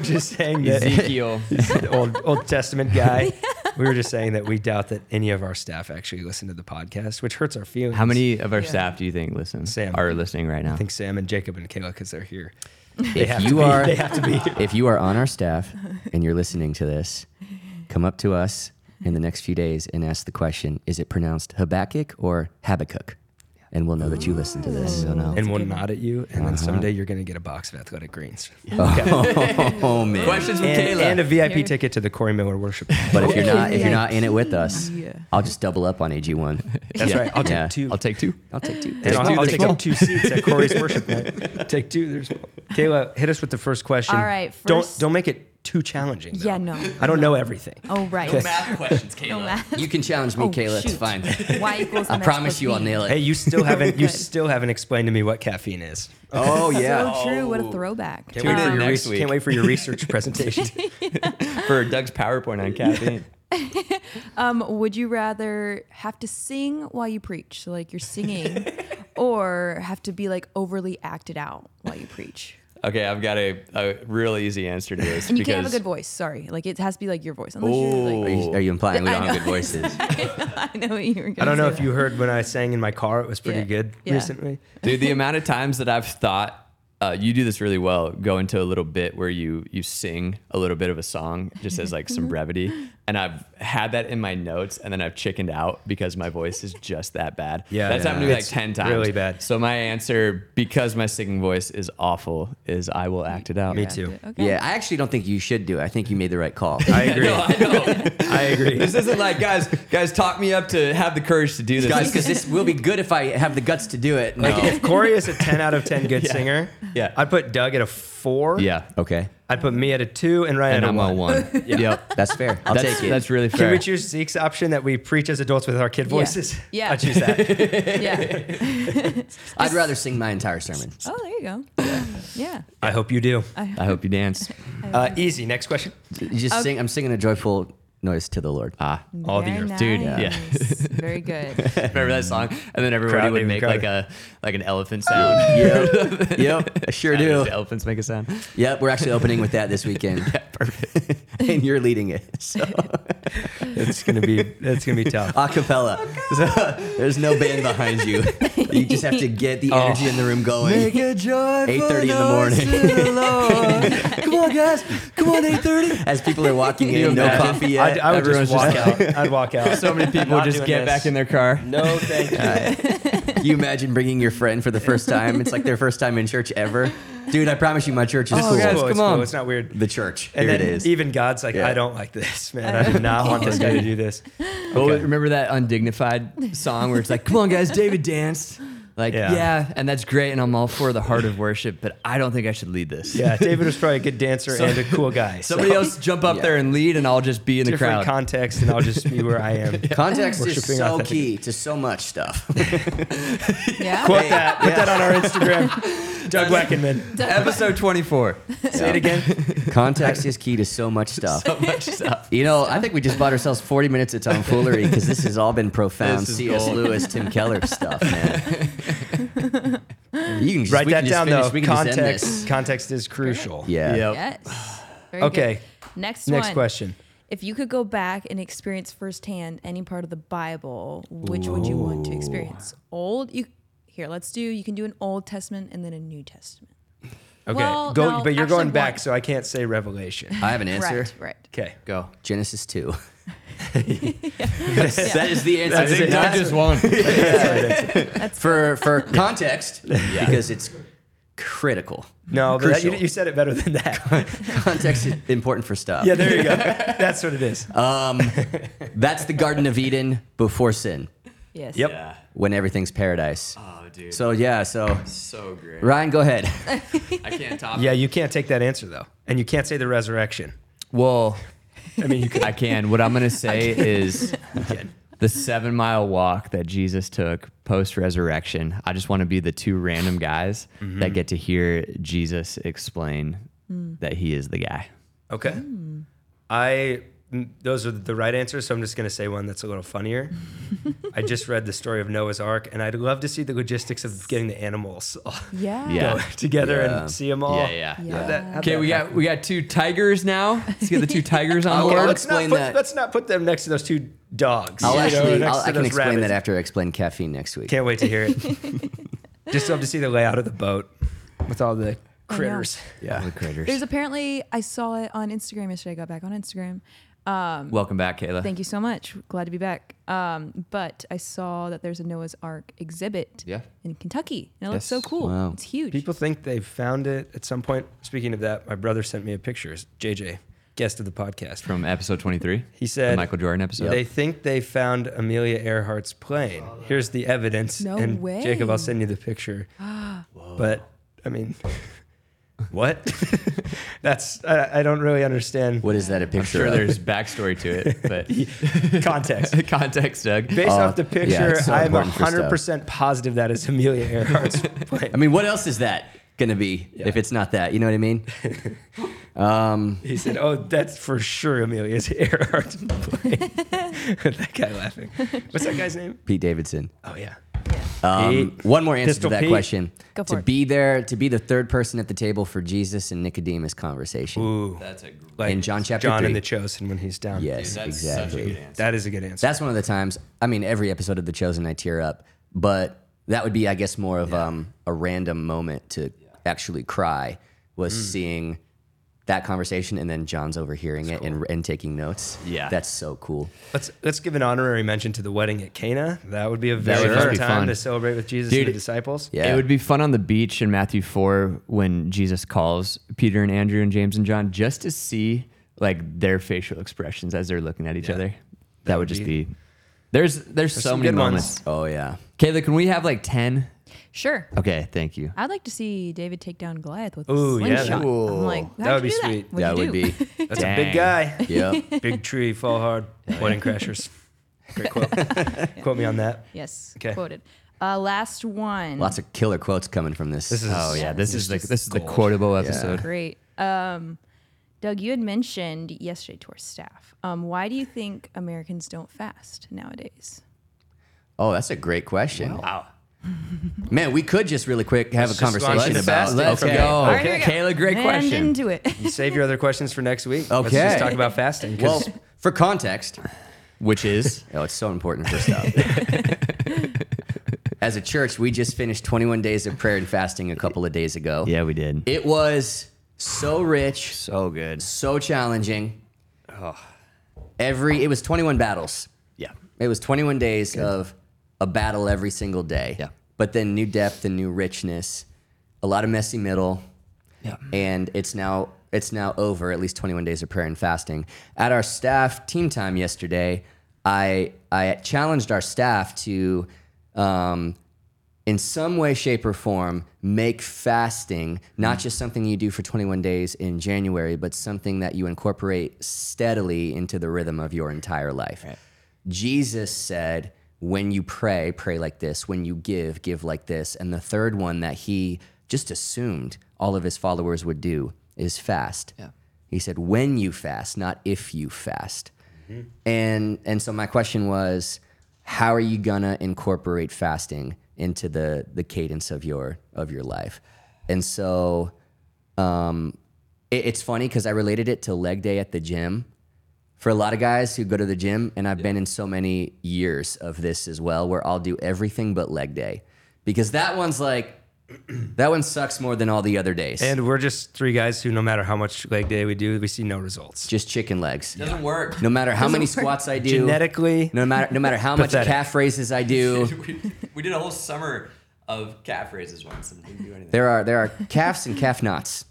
Speaker 5: just saying that
Speaker 2: Ezekiel.
Speaker 5: old Old Testament guy. We were just saying that we doubt that any of our staff actually listen to the podcast, which hurts our feelings.
Speaker 2: How many of our staff Uh, do you think listen
Speaker 5: Sam.
Speaker 2: are listening right now?
Speaker 5: I think Sam and Jacob and Kayla because they're here.
Speaker 3: If you are,
Speaker 5: They have to be.
Speaker 3: if you are on our staff and you're listening to this, come up to us in the next few days and ask the question: Is it pronounced Habakkuk or Habakkuk? And we'll know that you listened to this. So no.
Speaker 5: And we'll nod at you, and
Speaker 2: Uh-huh.
Speaker 5: then someday you're going to get a box of athletic greens
Speaker 3: Oh man!
Speaker 2: Questions from
Speaker 5: and,
Speaker 2: Kayla.
Speaker 5: and a VIP
Speaker 6: Here.
Speaker 5: ticket to the Corey Miller Worship.
Speaker 3: But if you're not, if you're
Speaker 6: Yeah.
Speaker 3: not in it with us,
Speaker 6: Yeah.
Speaker 3: I'll just double up on AG one.
Speaker 5: That's right. I'll take
Speaker 3: Yeah.
Speaker 5: two.
Speaker 2: I'll take two.
Speaker 3: I'll take two.
Speaker 5: and I'll,
Speaker 2: two,
Speaker 5: I'll
Speaker 2: there's
Speaker 5: take
Speaker 2: more.
Speaker 5: up two seats at Corey's worship night. Take two. There's more. Kayla. Hit us with the first question.
Speaker 6: All right,
Speaker 5: do don't
Speaker 6: first-
Speaker 5: don't make it too challenging. though.
Speaker 6: Yeah, no.
Speaker 5: I don't know everything.
Speaker 6: Oh, right.
Speaker 2: Math questions, Kayla.
Speaker 6: No math.
Speaker 3: You can challenge me,
Speaker 6: Oh,
Speaker 3: Kayla. It's
Speaker 6: shoot.
Speaker 3: fine.
Speaker 6: Y equals
Speaker 3: I
Speaker 6: mx
Speaker 3: promise
Speaker 6: plus
Speaker 3: you, I'll
Speaker 6: B.
Speaker 3: nail it.
Speaker 5: Hey, you still haven't you
Speaker 6: Good.
Speaker 5: still haven't explained to me what caffeine is.
Speaker 3: oh yeah.
Speaker 6: So true. What
Speaker 5: Oh.
Speaker 6: a throwback.
Speaker 5: Can't wait, for
Speaker 2: in
Speaker 5: your
Speaker 2: next
Speaker 5: res-
Speaker 2: week.
Speaker 5: can't wait for your research presentation.
Speaker 2: for Doug's PowerPoint on caffeine.
Speaker 6: Um, would you rather have to sing while you preach, so like you're singing, or have to be like overly acted out while you preach?
Speaker 2: Okay, I've got a, a real easy answer to this.
Speaker 6: And you can't have a good voice. Sorry, like it has to be like your voice. Unless
Speaker 3: Are
Speaker 6: you're like,
Speaker 3: you, are you implying we
Speaker 6: I
Speaker 3: don't have
Speaker 6: know.
Speaker 3: good voices?
Speaker 6: I know what you were. Gonna
Speaker 5: I don't know
Speaker 6: say
Speaker 5: if you heard when I sang in my car. It was pretty
Speaker 6: Yeah.
Speaker 5: good
Speaker 6: Yeah.
Speaker 5: recently.
Speaker 2: Dude, the amount of times that I've thought uh, you do this really well, go into a little bit where you you sing a little bit of a song just as like some brevity, and I've had that in my notes, and then I've chickened out because my voice is just that bad.
Speaker 5: Yeah,
Speaker 2: that's
Speaker 5: yeah.
Speaker 2: happened to me like
Speaker 5: It's
Speaker 2: ten times.
Speaker 5: really bad.
Speaker 2: So my answer, because my singing voice is awful, is I will act it out.
Speaker 5: Me
Speaker 6: that.
Speaker 5: too.
Speaker 6: Okay.
Speaker 3: Yeah, I actually don't think you should do it. I think you made the right call.
Speaker 5: I agree.
Speaker 2: No, I know.
Speaker 5: I agree.
Speaker 2: this isn't like guys. Guys, talk me up to have the courage to do this.
Speaker 3: guys, because this will be good if I have the guts to do it.
Speaker 5: Like if Corey is a ten out of ten good
Speaker 2: Yeah.
Speaker 5: singer,
Speaker 2: Yeah.
Speaker 5: I'd put Doug at a four.
Speaker 2: yeah,
Speaker 3: okay,
Speaker 5: I'd put me at a two and Ryan
Speaker 2: and
Speaker 5: at a
Speaker 2: I'm
Speaker 5: one.
Speaker 2: on one. Yep.
Speaker 3: that's fair. I'll
Speaker 2: that's,
Speaker 3: take it.
Speaker 2: That's really
Speaker 5: Can
Speaker 2: fair.
Speaker 5: we choose Zeke's option that we preach as adults with our kid voices?
Speaker 6: Yeah.
Speaker 5: I choose that.
Speaker 6: Yeah.
Speaker 3: I'd rather sing my entire sermon.
Speaker 6: Oh, there you go. Yeah.
Speaker 5: I hope you do.
Speaker 2: I hope you dance.
Speaker 5: Uh, easy. Next question.
Speaker 3: You just sing. I'm singing a joyful noise to the Lord.
Speaker 2: Ah,
Speaker 1: All the
Speaker 6: Very
Speaker 1: earth.
Speaker 2: Dude, yeah.
Speaker 6: nice. Very good.
Speaker 2: remember that song? And then everybody
Speaker 1: Crowd
Speaker 2: would
Speaker 1: name,
Speaker 2: make
Speaker 1: crowd
Speaker 2: like a like an elephant sound.
Speaker 3: yep. Yep. I sure do.
Speaker 2: The elephants make a sound.
Speaker 3: Yep. We're actually opening with that this weekend.
Speaker 2: Perfect.
Speaker 3: and you're leading it. So
Speaker 1: It's gonna be that's gonna be tough.
Speaker 3: a cappella. So, there's no band behind you. You just have to get the energy in the room going.
Speaker 2: a joyful
Speaker 3: 8:30 in the noise to morning. Come on, guys. Come on, 8:30. As people are walking
Speaker 2: Can you
Speaker 3: in, no
Speaker 2: imagine?
Speaker 3: coffee yet.
Speaker 1: I'd, I would
Speaker 2: everyone's
Speaker 1: just walk
Speaker 2: just
Speaker 1: out. I'd walk out.
Speaker 2: so many people
Speaker 3: Not
Speaker 2: just
Speaker 3: doing
Speaker 2: get
Speaker 3: this.
Speaker 2: back in their car.
Speaker 3: No, thank you. Can you imagine bringing your friend for the first time? It's like their first time in church ever. Dude, I promise you, my church is
Speaker 2: Oh,
Speaker 3: cool.
Speaker 1: It's
Speaker 2: guys,
Speaker 1: cool,
Speaker 2: come
Speaker 1: it's cool,
Speaker 2: on.
Speaker 1: It's not weird.
Speaker 3: The church.
Speaker 1: And
Speaker 3: Here it
Speaker 1: then
Speaker 3: is.
Speaker 1: even God's like,
Speaker 3: Yeah.
Speaker 1: I don't like this, man. I do not want this guy to do this.
Speaker 2: Well,
Speaker 1: Okay.
Speaker 2: remember that undignified song where it's like, "Come on, guys, David danced." Like,
Speaker 1: Yeah.
Speaker 2: yeah. and that's great, and I'm all for the heart of worship, but I don't think I should lead this.
Speaker 1: Yeah, David was probably a good dancer and a cool guy. So
Speaker 2: Somebody else jump up
Speaker 3: Yeah.
Speaker 2: there and lead, and I'll just be in the
Speaker 1: different
Speaker 2: crowd.
Speaker 1: context, and I'll just be where I am.
Speaker 3: Context is
Speaker 1: Worshiping
Speaker 3: so
Speaker 1: authentic-
Speaker 3: key to so much stuff.
Speaker 6: Yeah.
Speaker 1: Quote that. Put that on our Instagram. Doug Wackenman.
Speaker 2: Episode 24.
Speaker 3: Say it again. Context is key to so much stuff.
Speaker 2: So much stuff.
Speaker 3: You know, I think we just bought ourselves 40 minutes of tomfoolery because this has all been profound
Speaker 2: This is
Speaker 3: C.S.
Speaker 2: gold.
Speaker 3: Lewis, Tim Keller stuff, man. you can just,
Speaker 1: Write
Speaker 3: we
Speaker 1: that
Speaker 3: can just
Speaker 1: down
Speaker 3: finish-
Speaker 1: though.
Speaker 3: We can just end
Speaker 1: Context.
Speaker 3: this.
Speaker 1: Context is crucial.
Speaker 3: Yeah.
Speaker 2: Yep.
Speaker 6: Yes. Very
Speaker 1: Okay.
Speaker 6: good. Next,
Speaker 1: Next
Speaker 6: one.
Speaker 1: question.
Speaker 6: If you could go back and experience firsthand any part of the Bible, which would you want to experience? Old you here, let's do you can do an Old Testament and then a New Testament.
Speaker 1: Okay.
Speaker 6: Well,
Speaker 1: Go,
Speaker 6: no,
Speaker 1: but you're going
Speaker 6: actually
Speaker 1: back,
Speaker 6: one.
Speaker 1: so I can't say Revelation.
Speaker 3: I have an answer. Oh,
Speaker 6: Right, right.
Speaker 1: Okay.
Speaker 2: Go.
Speaker 3: Genesis 2. That is the answer.
Speaker 1: That's it.
Speaker 2: I just won.
Speaker 3: For, for context, because it's critical.
Speaker 1: No, but that- you,
Speaker 3: Crucial.
Speaker 1: you said it better than that.
Speaker 3: Context is important for stuff. Um,
Speaker 1: yeah, there you go. That's what it is.
Speaker 3: That's the Garden of Eden before sin,
Speaker 6: Yes.
Speaker 1: Yep.
Speaker 3: when everything's paradise.
Speaker 2: Oh, dude.
Speaker 3: So, yeah, so
Speaker 2: so great.
Speaker 3: Ryan, go ahead.
Speaker 2: I can't top
Speaker 1: Yeah, you can't take that answer though, and you can't say the resurrection.
Speaker 2: Well,
Speaker 1: I mean, you could.
Speaker 2: I can. What I'm going to say is the seven mile walk that Jesus took post resurrection. I just want to be the two random guys that get to hear Jesus explain that he is the guy.
Speaker 1: Okay. I n- those are the right answers, so I'm just gonna say one that's a little funnier. I just read the story of Noah's Ark, and I'd love to see the logistics of getting the animals all
Speaker 6: Yeah.
Speaker 2: Yeah.
Speaker 1: together
Speaker 3: Yeah.
Speaker 1: and see them all.
Speaker 2: Yeah, yeah.
Speaker 6: Yeah.
Speaker 1: How'd that- how'd
Speaker 2: Okay,
Speaker 1: that
Speaker 2: we got we got two tigers now. Let's get the two tigers on
Speaker 3: I'll
Speaker 2: board.
Speaker 1: let's not
Speaker 3: explain
Speaker 1: put,
Speaker 3: that.
Speaker 1: Let's not put them next to those two dogs.
Speaker 3: I'll
Speaker 1: you know,
Speaker 3: actually,
Speaker 1: next
Speaker 3: I'll,
Speaker 1: to
Speaker 3: I can
Speaker 1: those
Speaker 3: explain that
Speaker 1: rabbits.
Speaker 3: after I explain caffeine next week.
Speaker 1: Can't wait to hear it. Just love to see the layout of the boat with all the critters.
Speaker 3: yeah.
Speaker 6: There's apparently I saw it on Instagram yesterday. I got back on Instagram.
Speaker 2: Welcome back, Kayla.
Speaker 6: Thank you so much. Glad to be back. Um, but I saw that there's a Noah's Ark exhibit
Speaker 2: Yeah.
Speaker 6: in Kentucky. And it looks so
Speaker 2: Yes.
Speaker 6: cool.
Speaker 3: Wow.
Speaker 6: It's huge.
Speaker 1: People think they found it at some point. Speaking of that, my brother sent me a picture. It's JJ, guest of the podcast.
Speaker 2: From episode 23.
Speaker 1: He said
Speaker 2: the Michael Jordan episode.
Speaker 1: They think they found Amelia Earhart's plane. Here's the evidence.
Speaker 6: No
Speaker 1: and
Speaker 6: way.
Speaker 1: Jacob, I'll send you the picture. but I mean, what? That's I, I don't really understand
Speaker 3: What is that a picture
Speaker 2: I'm sure
Speaker 3: of?
Speaker 2: there's backstory to it, but
Speaker 1: context.
Speaker 2: context, Doug.
Speaker 1: Based
Speaker 3: Uh,
Speaker 1: off the
Speaker 3: yeah,
Speaker 1: picture,
Speaker 3: it's so
Speaker 1: I'm
Speaker 3: important for stuff.
Speaker 1: 100% positive that is Amelia Earhart's plane.
Speaker 3: I mean, what else is that gonna be if it's not that? You know what I mean? Um,
Speaker 1: He said, "Oh, that's for sure Amelia's Earhart's plane." that guy laughing. What's that guy's name?
Speaker 3: Pete Davidson.
Speaker 1: Oh yeah.
Speaker 3: Um,
Speaker 1: Pete.
Speaker 3: one more answer
Speaker 1: Pistol
Speaker 3: to that
Speaker 1: Pete.
Speaker 3: question.
Speaker 6: Go
Speaker 3: to
Speaker 6: for it.
Speaker 3: be there, to be the third person at the table for Jesus and Nicodemus conversation.
Speaker 1: Ooh.
Speaker 2: That's a great
Speaker 1: Like
Speaker 3: In John chapter
Speaker 1: John
Speaker 3: three.
Speaker 1: and the Chosen when he's down.
Speaker 3: Yes, exactly.
Speaker 1: That is a good answer.
Speaker 3: That's one of the times. I mean, every episode of The Chosen, I tear up, but that would be, I guess, more of um, a random moment to actually cry was seeing that conversation and then John's overhearing it and, and taking notes.
Speaker 2: Yeah.
Speaker 3: that's so cool.
Speaker 1: Let's let's give an honorary mention to the wedding at Cana. That would be a very
Speaker 2: would
Speaker 1: fun
Speaker 2: be
Speaker 1: time
Speaker 2: fun.
Speaker 1: to celebrate with Jesus
Speaker 2: Dude,
Speaker 1: and the disciples.
Speaker 3: Yeah.
Speaker 2: It would be fun on the beach in Matthew 4 when Jesus calls Peter and Andrew and James and John just to see like their facial expressions as they're looking at each other. That, would just be, there's there's, so
Speaker 1: some
Speaker 2: many
Speaker 1: good ones.
Speaker 2: moments.
Speaker 3: Oh yeah,
Speaker 2: Kayla, can we have like 10?
Speaker 6: Sure.
Speaker 2: Okay, thank you.
Speaker 6: I'd like to see David take down Goliath with
Speaker 1: Ooh,
Speaker 6: a
Speaker 1: yeah, that-
Speaker 6: slingshot. I'm like, how'd
Speaker 1: That would be
Speaker 6: you do
Speaker 1: sweet.
Speaker 6: What'd
Speaker 3: that
Speaker 6: you
Speaker 3: would
Speaker 6: do?
Speaker 3: be.
Speaker 1: That's a
Speaker 2: Dang.
Speaker 1: big guy.
Speaker 3: Yep.
Speaker 1: Big tree, fall hard, wedding crashers. Great quote. Quote me on that.
Speaker 6: yes.
Speaker 1: Okay.
Speaker 6: Quoted. Uh, last one.
Speaker 3: Lots of killer quotes coming from this.
Speaker 1: This is
Speaker 2: Oh yeah, this is the
Speaker 1: just
Speaker 2: this is the
Speaker 1: gold.
Speaker 2: quotable episode.
Speaker 6: Great. Um, Doug, you had mentioned yesterday to our staff. Um, why do you think Americans don't fast nowadays?
Speaker 3: Oh, that's a great question. Wow. Man, we could just really quick have a
Speaker 1: just launch
Speaker 3: conversation
Speaker 1: into
Speaker 3: about.
Speaker 1: fasting
Speaker 3: Let's
Speaker 1: from
Speaker 3: go.
Speaker 1: here.
Speaker 6: here we go.
Speaker 3: Kayla, great
Speaker 6: And
Speaker 3: question.
Speaker 6: into it.
Speaker 1: Save your other questions for next week. Let's
Speaker 3: Okay.
Speaker 1: just talk about fasting. 'cause
Speaker 3: Well, for context,
Speaker 2: which is
Speaker 3: oh, it's so important for stuff. As a church, we just finished 21 days of prayer and fasting a couple of days ago.
Speaker 2: yeah, we did.
Speaker 3: It was so rich,
Speaker 2: so good.
Speaker 3: so challenging. Every it was 21 battles.
Speaker 2: Yeah.
Speaker 3: It was 21 days of a battle every single day.
Speaker 2: Yeah.
Speaker 3: But then new depth and new richness, a lot of messy middle,
Speaker 2: Yeah.
Speaker 3: and it's now it's now over. At least 21 days of prayer and fasting. At our staff team time yesterday, I I challenged our staff to, um, in some way, shape, or form, make fasting not just something you do for 21 days in January, but something that you incorporate steadily into the rhythm of your entire life. Jesus said, when you pray, pray like this. When you give, give like this. And the third one that he just assumed all of his followers would do is fast. He said, when you fast, not if you fast. And and so my question was, how are you gonna incorporate fasting into the the cadence of your of your life? And so um, it, it's funny because I related it to leg day at the gym. For a lot of guys who go to the gym, and I've been in so many years of this as well, where I'll do everything but leg day because that one's like, that one sucks more than all the other days.
Speaker 1: and we're just three guys who, no matter how much leg day we do, we see no results.
Speaker 3: just chicken legs.
Speaker 2: Doesn't work.
Speaker 3: No matter how many squats I do,
Speaker 1: Genetically,
Speaker 3: no matter no matter how much
Speaker 1: Pathetic.
Speaker 3: calf raises I do,
Speaker 2: we, we did a whole summer of calf raises once and didn't do anything.
Speaker 3: there are there are calves and calf knots,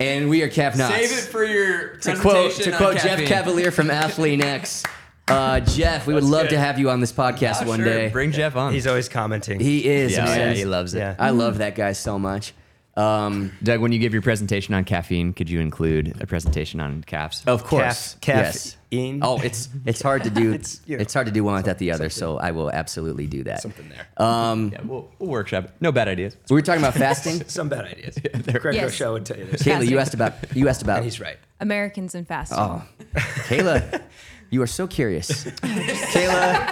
Speaker 3: and we are calf knots.
Speaker 2: Save it for your
Speaker 3: to quote
Speaker 2: presentation
Speaker 3: to
Speaker 2: on
Speaker 3: quote Jeff
Speaker 2: caffeine.
Speaker 3: Cavalier from Athlete X. Uh, Jeff, we would love to have you on this podcast
Speaker 2: Oh,
Speaker 3: one
Speaker 2: sure,
Speaker 3: day.
Speaker 2: Bring Jeff on.
Speaker 1: he's always commenting.
Speaker 3: he is.
Speaker 2: yeah,
Speaker 3: man.
Speaker 2: yeah, he loves it.
Speaker 1: Yeah.
Speaker 3: I love that guy so much. Um,
Speaker 2: Doug, when you give your presentation on caffeine, could you include a presentation on calves?
Speaker 3: of course,
Speaker 1: Calf, calf
Speaker 3: yes.
Speaker 1: in.
Speaker 3: Oh, it's it's hard to do. it's,
Speaker 1: you know,
Speaker 3: hard to do one without the other. So I will absolutely do that.
Speaker 5: Something there.
Speaker 2: yeah, we'll, we'll workshop. it. No bad ideas.
Speaker 3: We were talking about fasting.
Speaker 1: Some bad ideas. Craig
Speaker 6: Yes.
Speaker 1: Rochelle would tell you this.
Speaker 3: Kayla, you
Speaker 6: Fasting.
Speaker 3: asked about you asked about
Speaker 1: He's right.
Speaker 6: Americans and fasting.
Speaker 3: Oh. Kayla, you are so curious. Kayla,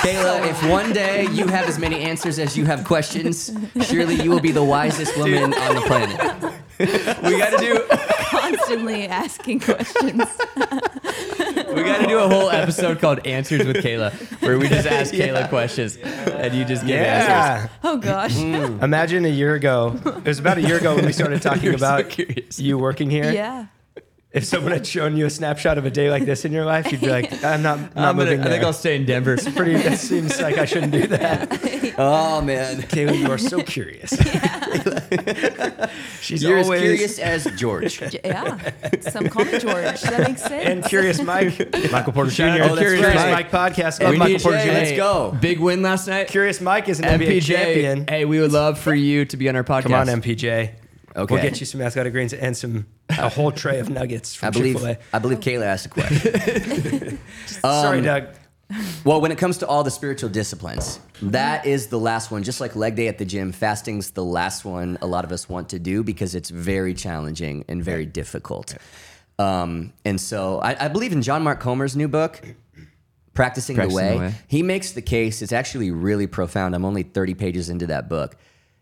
Speaker 3: Kayla, if one day you have as many answers as you have questions, surely you will be the wisest woman on the planet.
Speaker 2: We got to do
Speaker 6: Constantly asking questions.
Speaker 2: we got to do a whole episode called Answers with Kayla, where we just ask Kayla questions and you just give
Speaker 1: Yeah.
Speaker 2: answers.
Speaker 6: Oh gosh.
Speaker 1: Mm, Imagine a year ago. It was about a year ago when we started talking
Speaker 2: You're so
Speaker 1: about
Speaker 2: curious.
Speaker 1: you working here.
Speaker 6: yeah.
Speaker 1: If someone had shown you a snapshot of a day like this in your life, you'd be like, "I'm not, I'm not
Speaker 2: I'm gonna,
Speaker 1: moving
Speaker 2: I think
Speaker 1: there.
Speaker 2: I'll stay in Denver.
Speaker 1: Pretty. That seems like I shouldn't do that.
Speaker 3: Oh man,
Speaker 1: Kayla, you are so curious. She's
Speaker 3: you're
Speaker 1: always
Speaker 3: as curious as George.
Speaker 6: J- Yeah. Some call me George. That makes sense.
Speaker 1: and curious Mike, Michael Porter Jr.
Speaker 2: Shout out to
Speaker 1: curious
Speaker 2: Curious
Speaker 1: Mike,
Speaker 2: Mike.
Speaker 1: podcast. Love
Speaker 3: We
Speaker 1: Michael
Speaker 3: need
Speaker 1: Porter Jr.
Speaker 3: Jay. Let's go.
Speaker 2: Big win last night.
Speaker 1: Curious Mike is an NBA
Speaker 2: MPJ,
Speaker 1: champion.
Speaker 2: hey, we would love for you to be on our podcast.
Speaker 1: Come on, MPJ.
Speaker 3: Okay.
Speaker 1: We'll get you some mascot greens and some a whole tray of nuggets from
Speaker 3: I believe
Speaker 1: Chick-fil-A.
Speaker 3: I believe Kayla asked a question.
Speaker 1: Sorry,
Speaker 3: Um,
Speaker 1: Doug.
Speaker 3: Well, when it comes to all the spiritual disciplines, that is the last one. Just like leg day at the gym, fasting's the last one a lot of us want to do because it's very challenging and very difficult. Um, and so I, I believe in John Mark Comer's new book, Practicing,
Speaker 2: Practicing
Speaker 3: the,
Speaker 2: the
Speaker 3: way.
Speaker 2: Way.
Speaker 3: He makes the case, it's actually really profound. I'm only 30 pages into that book.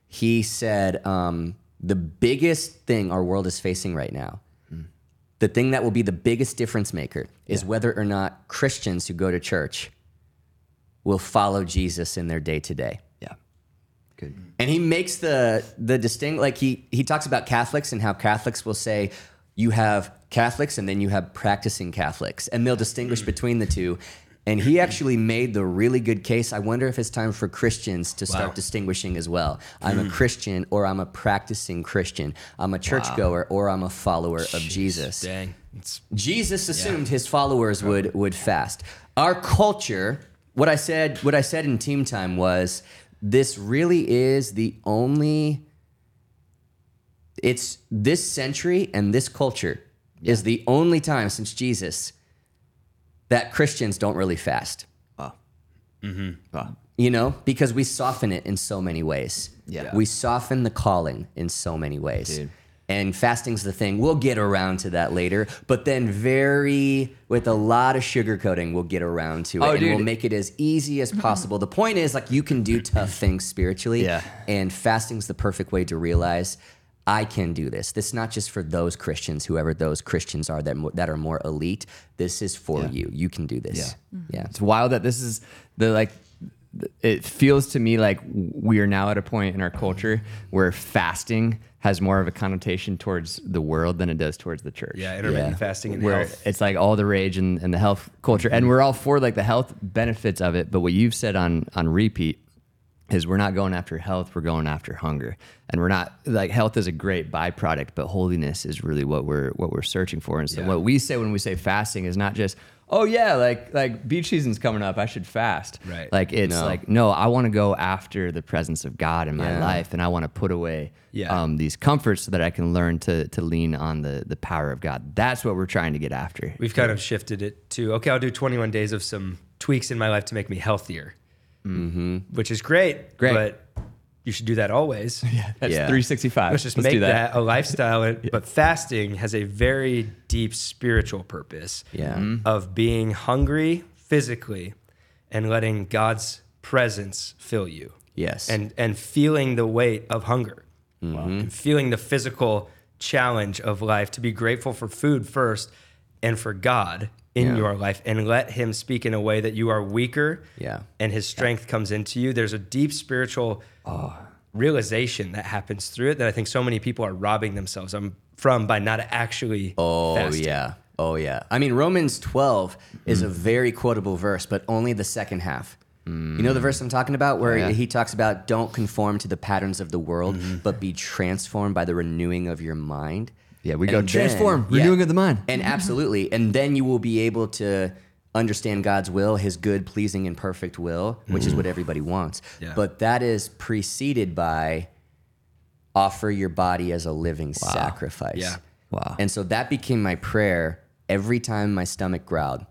Speaker 3: He said, um, the biggest thing our world is facing right now the thing that will be the biggest difference maker is whether or not Christians who go to church will follow Jesus in their day to day.
Speaker 2: Yeah. Good.
Speaker 3: And he makes the the distinct like he he talks about Catholics and how Catholics will say you have Catholics and then you have practicing Catholics and they'll distinguish between the two. And he actually made the really good case. I wonder if it's time for Christians to start distinguishing as well. I'm
Speaker 2: Hmm.
Speaker 3: a Christian or I'm a practicing Christian. I'm a churchgoer or I'm a follower of Jesus.
Speaker 1: Dang. It's
Speaker 3: Jesus assumed his followers would would fast. Our culture, what I said, what I said in team time was this really is the only it's this century and this culture is the only time since Jesus that Christians don't really fast.
Speaker 2: Ah. Wow.
Speaker 3: You know, because we soften it in so many ways.
Speaker 2: Yeah.
Speaker 3: We soften the calling in so many ways.
Speaker 2: Dude.
Speaker 3: and fasting's the thing. We'll get around to that later, but then very with a lot of sugarcoating, we'll get around to it,
Speaker 2: Oh,
Speaker 3: and we'll
Speaker 2: dude.
Speaker 3: make it as easy as possible. the point is, like, you can do tough things spiritually,
Speaker 2: Yeah.
Speaker 3: and fasting's the perfect way to realize I can do this. This is not just for those Christians, whoever those Christians are that mo- that are more elite. This is for you. You can do this. Yeah.
Speaker 2: It's wild that this is the like. th- It feels to me like we are now at a point in our culture where fasting has more of a connotation towards the world than it does towards the church.
Speaker 1: Yeah, intermittent fasting and
Speaker 2: where
Speaker 1: health. Mm-hmm.
Speaker 2: it's like all the rage and, and the health culture, and we're all for like the health benefits of it. But what you've said on on repeat is we're not going after health, we're going after hunger, and we're not like health is a great byproduct, but holiness is really what we're what we're searching for. And so what we say when we say fasting is not just oh yeah, like like beach season's coming up, I should fast.
Speaker 1: Right.
Speaker 2: Like it's
Speaker 3: No.
Speaker 2: like no, I want to go after the presence of God in my life, and I want to put away
Speaker 1: Yeah.
Speaker 2: um, these comforts so that I can learn to to lean on the the power of God. That's what we're trying to get after.
Speaker 1: We've kind of shifted it to okay, I'll do 21 days of some tweaks in my life to make me healthier, mm-hmm. which is great.
Speaker 2: Great.
Speaker 1: but you should do that always. Yeah,
Speaker 2: That's
Speaker 3: Yeah.
Speaker 2: 365.
Speaker 1: let's just make that. a lifestyle. And, But fasting has a very deep spiritual purpose.
Speaker 3: Yeah.
Speaker 1: of being hungry physically and letting God's presence fill you.
Speaker 3: Yes. Mm-hmm.
Speaker 1: And and feeling the weight of hunger. And feeling the physical challenge of life to be grateful for food first and for God in your life and let him speak in a way that you are weaker.
Speaker 3: Yeah.
Speaker 1: And his strength comes into you. There's a deep spiritual
Speaker 3: Ah.
Speaker 1: realization that happens through it that I think so many people are robbing themselves um, from by not actually
Speaker 3: Oh
Speaker 1: fasting.
Speaker 3: yeah. Oh yeah. I mean Romans 12 is
Speaker 2: Mm.
Speaker 3: a very quotable verse, but only the second half.
Speaker 2: Mm.
Speaker 3: You know the verse I'm talking about where he talks about don't conform to the patterns of the world,
Speaker 2: Mm-hmm.
Speaker 3: but be transformed by the renewing of your mind.
Speaker 2: Yeah, we
Speaker 3: And
Speaker 2: go
Speaker 3: then-
Speaker 2: transform,
Speaker 3: yeah.
Speaker 2: renewing of the mind.
Speaker 3: And absolutely. And then you will be able to understand God's will, his good, pleasing, and perfect will, which is what everybody wants. But that is preceded by offer your body as a living sacrifice.
Speaker 1: Yeah.
Speaker 2: Wow.
Speaker 3: And so that became my prayer every time my stomach growled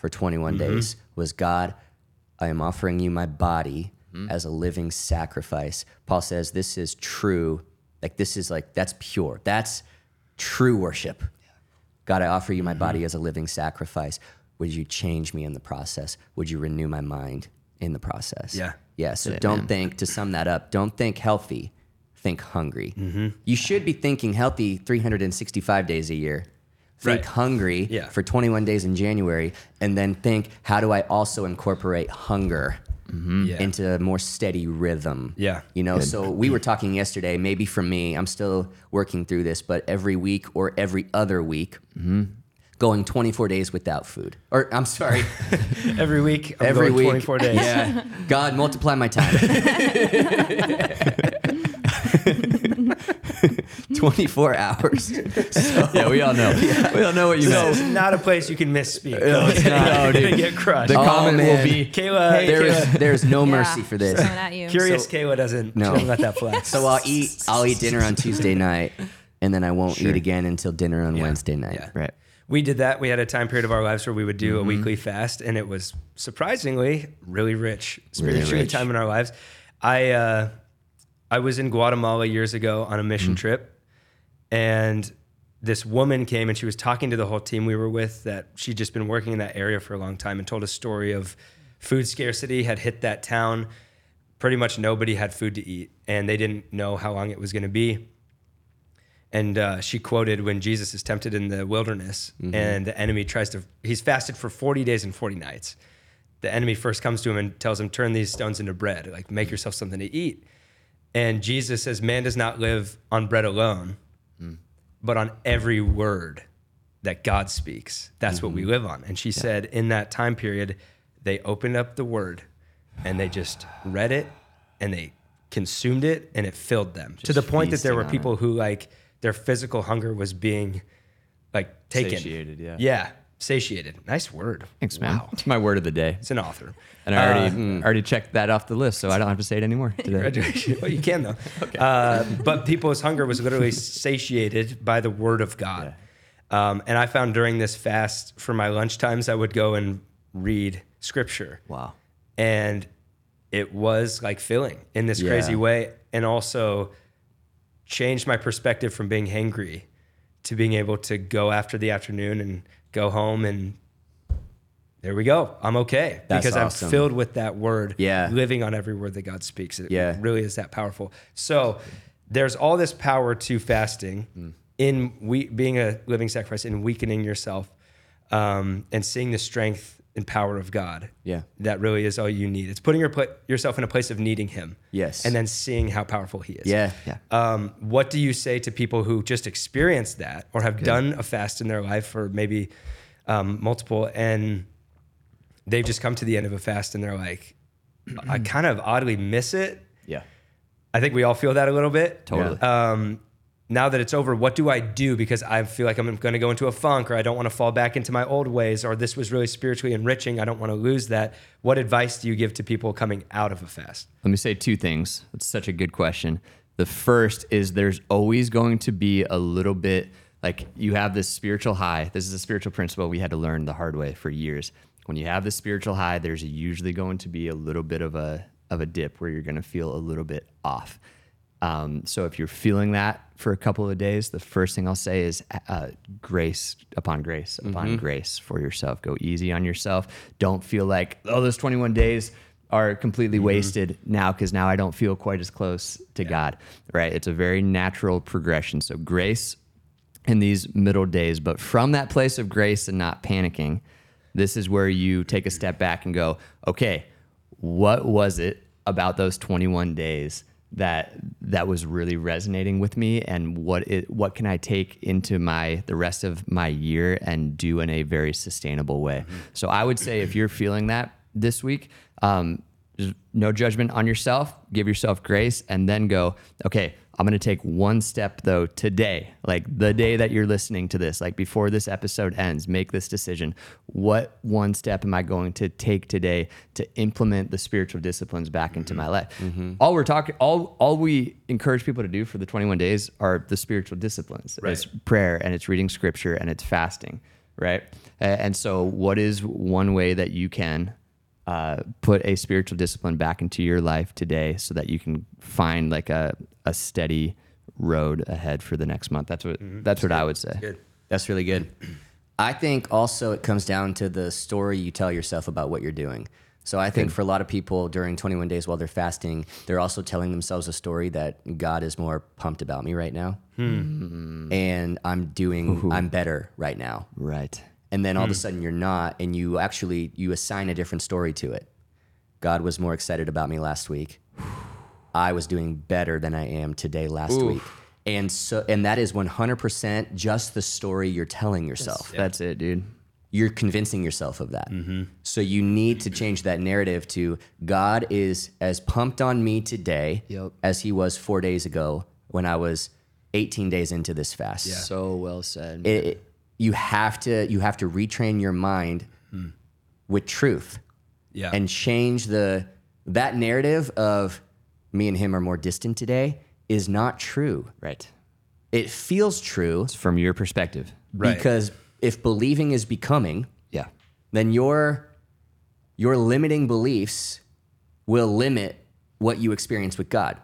Speaker 3: for 21 days was God, I am offering you my body as a living sacrifice. Paul says this is true. Like this is like that's pure. That's true worship. God, I offer you my
Speaker 1: Mm-hmm.
Speaker 3: body as a living sacrifice. Would you change me in the process? Would you renew my mind in the process?
Speaker 1: Yeah.
Speaker 3: Yeah. So don't think, to sum that up, don't think healthy, think hungry.
Speaker 1: Mm-hmm.
Speaker 3: You should be thinking healthy 365 days a year. Think
Speaker 1: Right.
Speaker 3: hungry
Speaker 1: Yeah.
Speaker 3: for 21 days in January, and then think, how do I also incorporate hunger?
Speaker 1: Yeah.
Speaker 3: into a more steady rhythm.
Speaker 1: Yeah.
Speaker 3: You know, so we were talking yesterday, maybe for me, I'm still working through this, but every week or every other week, going 24 days without food. Or I'm sorry,
Speaker 1: Every week, I'm
Speaker 3: every
Speaker 1: going
Speaker 3: week.
Speaker 1: 24 days.
Speaker 3: Yeah. God, multiply my time. 24 hours. So,
Speaker 2: yeah, we all know. We all know what you
Speaker 1: No,
Speaker 2: know.
Speaker 1: it's not a place you can misspeak. No, it's
Speaker 2: No,
Speaker 1: not. You're
Speaker 2: dude.
Speaker 1: gonna get crushed.
Speaker 2: The
Speaker 3: Oh,
Speaker 2: comment will
Speaker 3: man.
Speaker 2: be
Speaker 1: Kayla,
Speaker 3: there is there is no
Speaker 6: Yeah,
Speaker 3: mercy for this.
Speaker 6: Coming at you.
Speaker 1: curious Kayla doesn't
Speaker 3: No.
Speaker 1: don't let that fly.
Speaker 3: So I'll eat I'll eat dinner on Tuesday night and then I won't eat again until dinner on Wednesday night.
Speaker 1: Yeah.
Speaker 2: right.
Speaker 1: we did that. We had a time period of our lives where we would do a weekly fast, and it was surprisingly really rich spiritually
Speaker 3: rich.
Speaker 1: time in our lives. I uh, I was in Guatemala years ago on a mission trip, and this woman came and she was talking to the whole team we were with that she'd just been working in that area for a long time and told a story of food scarcity had hit that town. Pretty much nobody had food to eat, and they didn't know how long it was going to be. And uh, she quoted when Jesus is tempted in the wilderness and the enemy tries to, he's fasted for 40 days and 40 nights. The enemy first comes to him and tells him, Turn these stones into bread, like make yourself something to eat. And Jesus says, Man does not live on bread alone,
Speaker 2: Hmm.
Speaker 1: but on every word that God speaks. That's what
Speaker 2: Mm-hmm.
Speaker 1: we live on. And she said, In that time period, they opened up the word and they just read it and they consumed it and it filled them to the point that there
Speaker 2: feasting
Speaker 1: were
Speaker 2: on it.
Speaker 1: people who, like, their physical hunger was being, like, taken.
Speaker 2: Satiated, yeah.
Speaker 1: Yeah. Satiated. Nice word.
Speaker 2: Thanks, man. It's my word of the day.
Speaker 1: It's an author.
Speaker 2: And I
Speaker 3: Uh,
Speaker 2: already
Speaker 3: hmm.
Speaker 2: already checked that off the list, so I don't have to say it anymore today.
Speaker 1: graduation. well, you can though. Uh, but people's hunger was literally satiated by the word of God. Um, and I found during this fast for my lunchtimes, I would go and read scripture.
Speaker 2: Wow.
Speaker 1: And it was like filling in this crazy way. And also, changed my perspective from being hangry to being able to go after the afternoon and go home and there we go. I'm okay
Speaker 3: That's
Speaker 1: because
Speaker 3: awesome.
Speaker 1: I'm filled with that word.
Speaker 3: Yeah.
Speaker 1: living on every word that God speaks. It
Speaker 3: Yeah.
Speaker 1: really is that powerful. So there's all this power to fasting
Speaker 3: Mm.
Speaker 1: in we being a living sacrifice and weakening yourself um, and seeing the strength and power of God.
Speaker 3: Yeah.
Speaker 1: That really is all you need. It's putting your pla- yourself in a place of needing Him.
Speaker 3: Yes.
Speaker 1: And then seeing how powerful He is.
Speaker 3: Yeah. Uh, Yeah.
Speaker 1: Um, what do you say to people who just experienced that or have done a fast in their life for maybe um, multiple and they've just come to the end of a fast and they're like, I kind of oddly miss it.
Speaker 3: Yeah.
Speaker 1: I think we all feel that a little bit.
Speaker 2: Totally.
Speaker 1: Um, now that it's over, what do I do? Because I feel like I'm going to go into a funk or I don't want to fall back into my old ways or this was really spiritually enriching. I don't want to lose that. What advice do you give to people coming out of a fast?
Speaker 2: Let me say two things. That's such a good question. The first is there's always going to be a little bit like you have this spiritual high. This is a spiritual principle we had to learn the hard way for years. When you have this spiritual high, there's usually going to be a little bit of a of a dip where you're going to feel a little bit off. Um, so if you're feeling that for a couple of days, the first thing I'll say is uh, grace upon grace upon grace for yourself. Go easy on yourself. Don't feel like oh those 21 days are completely wasted now because now I don't feel quite as close to God. Right? It's a very natural progression. So grace in these middle days. But from that place of grace and not panicking, this is where you take a step back and go, okay, what was it about those 21 days that that was really resonating with me and what it what can I take into my the rest of my year and do in a very sustainable way. So I would say if you're feeling that this week, um, just no judgment on yourself. Give yourself grace and then go, okay, I'm going to take one step though today, like the day that you're listening to this, like before this episode ends, make this decision. What one step am I going to take today to implement the spiritual disciplines back into my life? All we're talking, all, all we encourage people to do for the 21 days are the spiritual disciplines. It's prayer and it's reading scripture and it's fasting, right? A- And so, what is one way that you can uh, put a spiritual discipline back into your life today so that you can find like a, a steady road ahead for the next month. That's what Mm-hmm. that's what I would say.
Speaker 3: That's really good. I think also it comes down to the story you tell yourself about what you're doing. So I think for a lot of people during 21 days while they're fasting, they're also telling themselves a story that God is more pumped about me right now. And I'm doing I'm better right now.
Speaker 2: Right.
Speaker 3: And then all of a sudden you're not and you actually you assign a different story to it. God was more excited about me last week. I was doing better than I am today last week. And so and that is 100% just the story you're telling yourself
Speaker 2: That's it, dude. Mm-hmm.
Speaker 3: you're convincing yourself of that. So you need to change that narrative to God is as pumped on me today
Speaker 2: Yep.
Speaker 3: as he was four days ago when I was 18 days into this fast.
Speaker 2: So well said.
Speaker 3: It- it- you have to you have to retrain your mind
Speaker 2: Hmm.
Speaker 3: with truth
Speaker 1: Yeah.
Speaker 3: and change the that narrative of me and him are more distant today is not true.
Speaker 2: right.
Speaker 3: It feels true
Speaker 2: From your perspective.
Speaker 1: Right.
Speaker 3: because if believing is becoming,
Speaker 2: Yeah.
Speaker 3: then your your limiting beliefs will limit what you experience with God.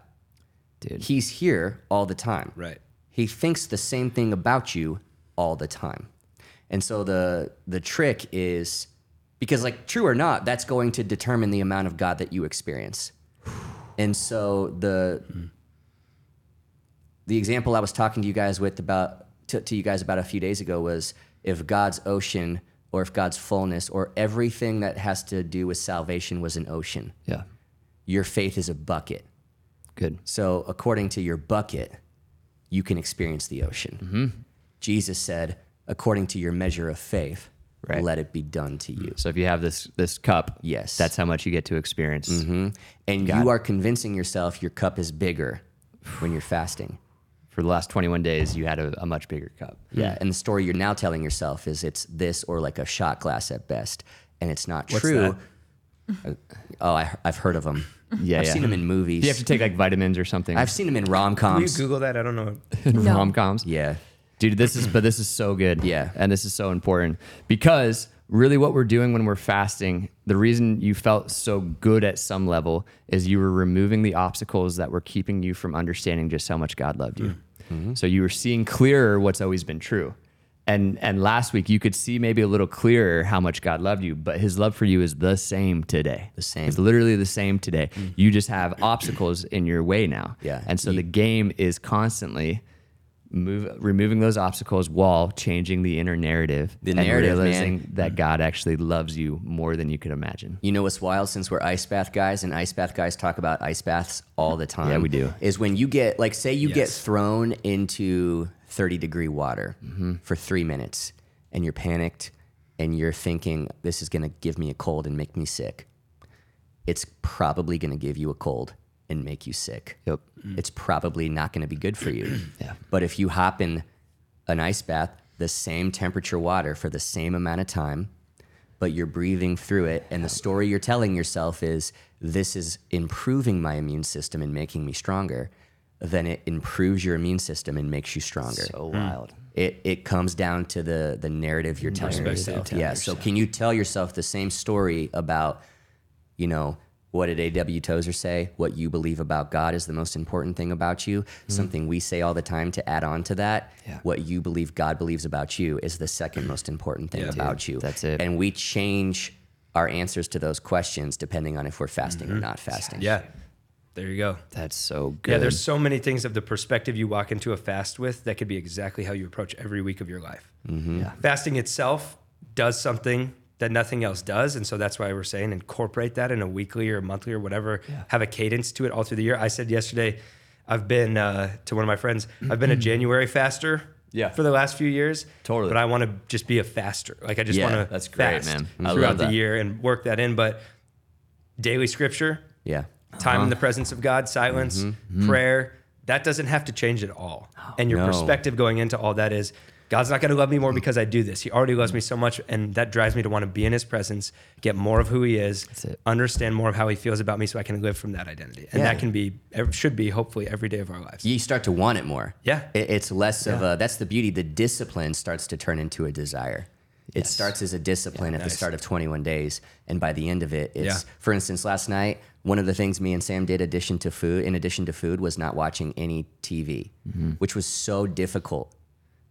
Speaker 2: Dude.
Speaker 3: He's here all the time.
Speaker 1: Right.
Speaker 3: He thinks the same thing about you all the time. And so the the trick is because like true or not, that's going to determine the amount of God that you experience. And so the the example I was talking to you guys with about to, to you guys about a few days ago was if God's ocean or if God's fullness or everything that has to do with salvation was an ocean,
Speaker 2: Yeah.
Speaker 3: your faith is a bucket.
Speaker 2: Good.
Speaker 3: So according to your bucket, you can experience the ocean.
Speaker 2: Mm-hmm.
Speaker 3: Jesus said, according to your measure of faith,
Speaker 2: Right.
Speaker 3: let it be done to you.
Speaker 2: So if you have this this cup,
Speaker 3: Yes.
Speaker 2: that's how much you get to experience.
Speaker 3: Mm-hmm. And you are convincing yourself your cup is bigger when you're fasting.
Speaker 2: For the last 21 days, you had a, a much bigger cup.
Speaker 3: Yeah. And the story you're now telling yourself is it's this or like a shot glass at best. And it's not true. Oh, I, I've heard of them.
Speaker 2: Yeah,
Speaker 3: I've
Speaker 2: yeah.
Speaker 3: seen them in movies.
Speaker 2: You have to take like vitamins or something.
Speaker 3: I've seen them in rom
Speaker 1: Can you
Speaker 3: coms.
Speaker 1: Google that? I don't know.
Speaker 6: No.
Speaker 2: rom coms.
Speaker 3: Yeah.
Speaker 2: dude this is but this is so good
Speaker 3: Yeah.
Speaker 2: and this is so important because really what we're doing when we're fasting, the reason you felt so good at some level is you were removing the obstacles that were keeping you from understanding just how much God loved
Speaker 3: Mm.
Speaker 2: you.
Speaker 3: Mm-hmm.
Speaker 2: So you were seeing clearer what's always been true. And and last week you could see maybe a little clearer how much God loved you, but his love for you is the same today. The
Speaker 3: same. Mm.
Speaker 2: It's literally the same today. You just have obstacles in your way now.
Speaker 3: Yeah.
Speaker 2: And so the game is constantly move removing those obstacles while changing the inner narrative
Speaker 3: The
Speaker 2: and
Speaker 3: narrative,
Speaker 2: realizing that God actually loves you more than you could imagine.
Speaker 3: You know what's wild since we're ice bath guys and ice bath guys talk about ice baths all the time.
Speaker 2: Yeah, we do.
Speaker 3: Is when you get like say you get thrown into 30 degree water
Speaker 2: Mm-hmm.
Speaker 3: for 3 minutes and you're panicked and you're thinking this is going to give me a cold and make me sick. It's probably going to give you a cold and make you sick.
Speaker 2: Yep.
Speaker 3: It's probably not going to be good for you.
Speaker 2: Yeah.
Speaker 3: But if you hop in an ice bath, the same temperature water for the same amount of time, but you're breathing through it, and the story you're telling yourself is this is improving my immune system and making me stronger, then it improves your immune system and makes you stronger.
Speaker 2: So wild.
Speaker 3: it, it comes down to the the narrative you're telling yourself.
Speaker 1: you're telling
Speaker 3: yeah. So can you tell yourself the same story about you know, what did A.W. Tozer say? What you believe about God is the most important thing about you.
Speaker 2: Mm-hmm.
Speaker 3: Something we say all the time to add on to that. What you believe God believes about you is the second most important thing about you.
Speaker 2: that's it.
Speaker 3: And we change our answers to those questions depending on if we're fasting
Speaker 2: Mm-hmm.
Speaker 3: or not fasting.
Speaker 1: Yeah. There you go.
Speaker 2: That's so good.
Speaker 1: Yeah, there's so many things of the perspective you walk into a fast with that could be exactly how you approach every week of your life. Fasting itself does something that nothing else does. And so that's why we're saying incorporate that in a weekly or monthly or whatever, have a cadence to it all through the year. I said yesterday, I've been uh, to one of my friends, I've been a January faster
Speaker 2: Yeah.
Speaker 1: for the last few years.
Speaker 2: Totally.
Speaker 1: But I want to just be a faster. Like I just
Speaker 2: Yeah,
Speaker 1: want to
Speaker 2: that's great,
Speaker 1: fast
Speaker 2: man. I
Speaker 1: throughout
Speaker 2: love
Speaker 1: the
Speaker 2: that.
Speaker 1: year and work that in. But daily scripture,
Speaker 3: Yeah.
Speaker 1: time
Speaker 3: Uh-huh.
Speaker 1: in the presence of God, silence,
Speaker 3: Mm-hmm.
Speaker 1: prayer. That doesn't have to change at all. And your
Speaker 3: Oh. No. Mm.
Speaker 1: perspective going into all that is God's not going to love me more because I do this. He already loves me so much. And that drives me to want to be in his presence, get more of who he is,
Speaker 2: it.
Speaker 1: understand more of how he feels about me so I can live from that identity. And
Speaker 3: Yeah.
Speaker 1: that can be, ev- should be hopefully every day of our lives.
Speaker 3: You start to want it more.
Speaker 1: Yeah.
Speaker 3: It- it's less of a, that's the beauty. The discipline starts to turn into a desire. It starts as a discipline at the start of 21 days. And by the end of it, it's,
Speaker 1: Yeah.
Speaker 3: for instance, last night, one of the things me and Sam did addition to food, in addition to food, was not watching any TV,
Speaker 1: Mm-hmm.
Speaker 3: which was so difficult.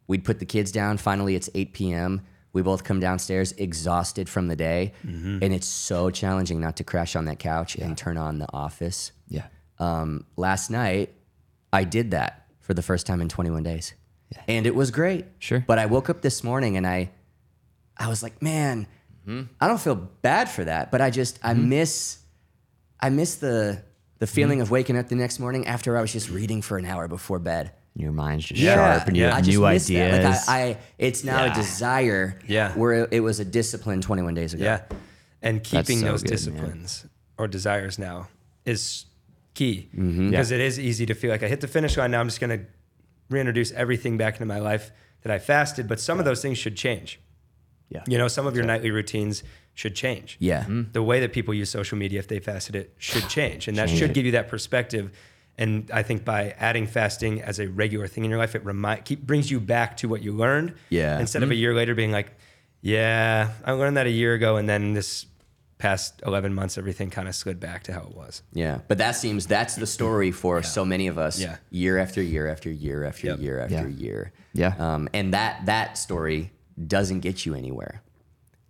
Speaker 3: We'd put the kids down. Finally, it's 8 p.m. We both come downstairs exhausted from the day.
Speaker 1: Mm-hmm.
Speaker 3: And it's so challenging not to crash on that couch and turn on the office
Speaker 2: yeah.
Speaker 3: um, last night I did that for the first time in 21 days, and it was great.
Speaker 2: Sure.
Speaker 3: But I woke up this morning and I, I was like, man,
Speaker 2: Mm-hmm.
Speaker 3: I don't feel bad for that, but I just I miss, I miss the the
Speaker 2: Mm-hmm.
Speaker 3: feeling of waking up the next morning after I was just reading for an hour before bed.
Speaker 2: Your mind's just
Speaker 1: Yeah,
Speaker 2: sharp and you
Speaker 1: yeah.
Speaker 2: have
Speaker 3: I just
Speaker 2: new
Speaker 3: miss
Speaker 2: ideas.
Speaker 3: that. Like I, I, it's now a
Speaker 2: Yeah.
Speaker 3: desire.
Speaker 1: Yeah.
Speaker 3: Where it, it was a discipline 21 days ago.
Speaker 1: Yeah. And keeping
Speaker 2: so
Speaker 1: those
Speaker 2: good, man.
Speaker 1: disciplines or desires now is key
Speaker 2: Mm-hmm.
Speaker 1: because it is easy to feel like I hit the finish line. Now I'm just going to reintroduce everything back into my life that I fasted. But some of those things should change.
Speaker 2: Yeah.
Speaker 1: You know, some of your nightly routines should change.
Speaker 3: Yeah.
Speaker 1: The way that people use social media, if they fasted it, should change. And that should give you that perspective. And I think by adding fasting as a regular thing in your life, it remind, keep, brings you back to what you learned.
Speaker 3: Yeah.
Speaker 1: Instead of a year later being like, yeah, I learned that a year ago. And then this past 11 months, everything kind of slid back to how it was.
Speaker 3: Yeah, but that seems that's the story for so many of us.
Speaker 1: Yeah.
Speaker 3: year after year after year after
Speaker 1: Yep.
Speaker 3: year after
Speaker 2: Yeah.
Speaker 3: year.
Speaker 2: Yeah.
Speaker 3: um, and that that story doesn't get you anywhere.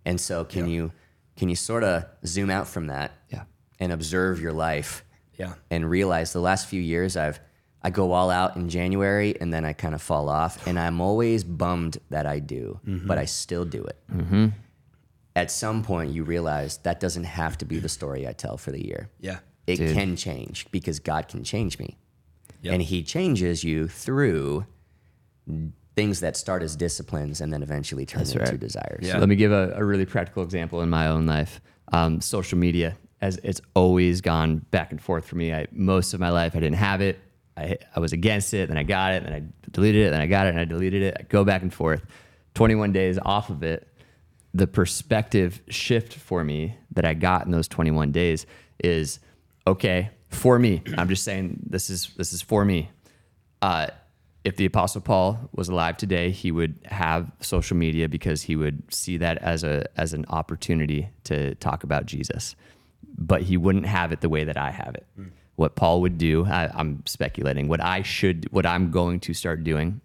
Speaker 3: And so, can you can you sort of zoom out from that?
Speaker 2: Yeah.
Speaker 3: and observe your life
Speaker 1: Yeah.
Speaker 3: and realize the last few years I've I go all out in January and then I kind of fall off and I'm always bummed that I do,
Speaker 1: Mm-hmm.
Speaker 3: but I still do it.
Speaker 2: Mm-hmm.
Speaker 3: At some point, you realize that doesn't have to be the story I tell for the year
Speaker 1: Yeah.
Speaker 3: it can change because God can change me.
Speaker 1: Yep.
Speaker 3: And he changes you through things that start as disciplines and then eventually turn into
Speaker 2: right.
Speaker 3: desires.
Speaker 1: Yeah.
Speaker 2: Let me give a, a really practical example in my own life. Um, social media, as it's always gone back and forth for me. I, most of my life, I didn't have it. I, I was against it, then I got it, then I deleted it, then I got it, and I deleted it. I go back and forth. 21 days off of it, the perspective shift for me that I got in those 21 days is okay for me. I'm just saying this is this is for me. Uh, if the Apostle Paul was alive today, he would have social media because he would see that as a as an opportunity to talk about Jesus. But he wouldn't have it the way that I have it. What Paul would do, I, I'm speculating. What I should, what I'm going to start doing,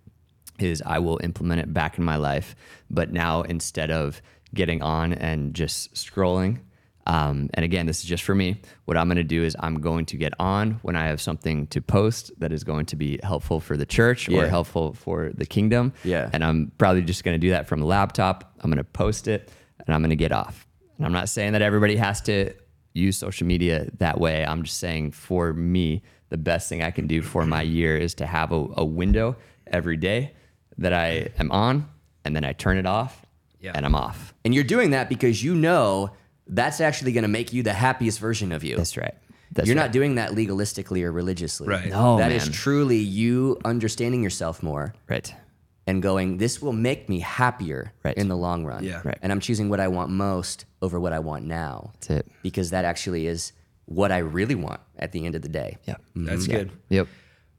Speaker 2: is I will implement it back in my life. But now instead of getting on and just scrolling, um, and again, this is just for me. What I'm going to do is I'm going to get on when I have something to post that is going to be helpful for the church or
Speaker 3: Yeah.
Speaker 2: helpful for the kingdom.
Speaker 3: Yeah.
Speaker 2: And I'm probably just going to do that from the laptop. I'm going to post it and I'm going to get off. And I'm not saying that everybody has to use social media that way. I'm just saying for me, the best thing I can do for my year is to have a, a window every day that I am on and then I turn it off and I'm off.
Speaker 3: And you're doing that because you know that's actually going to make you the happiest version of you.
Speaker 2: That's right. That's
Speaker 3: you're
Speaker 2: right.
Speaker 3: not doing that legalistically or religiously.
Speaker 1: Right.
Speaker 2: No,
Speaker 3: That is
Speaker 2: man.
Speaker 3: truly you understanding yourself more
Speaker 2: right.
Speaker 3: and going, this will make me happier
Speaker 2: Right.
Speaker 3: in the long run.
Speaker 1: Yeah. Right.
Speaker 3: And I'm choosing what I want most over what I want now.
Speaker 2: That's it.
Speaker 3: Because that actually is what I really want at the end of the day.
Speaker 2: Yeah.
Speaker 1: That's good.
Speaker 2: Yep.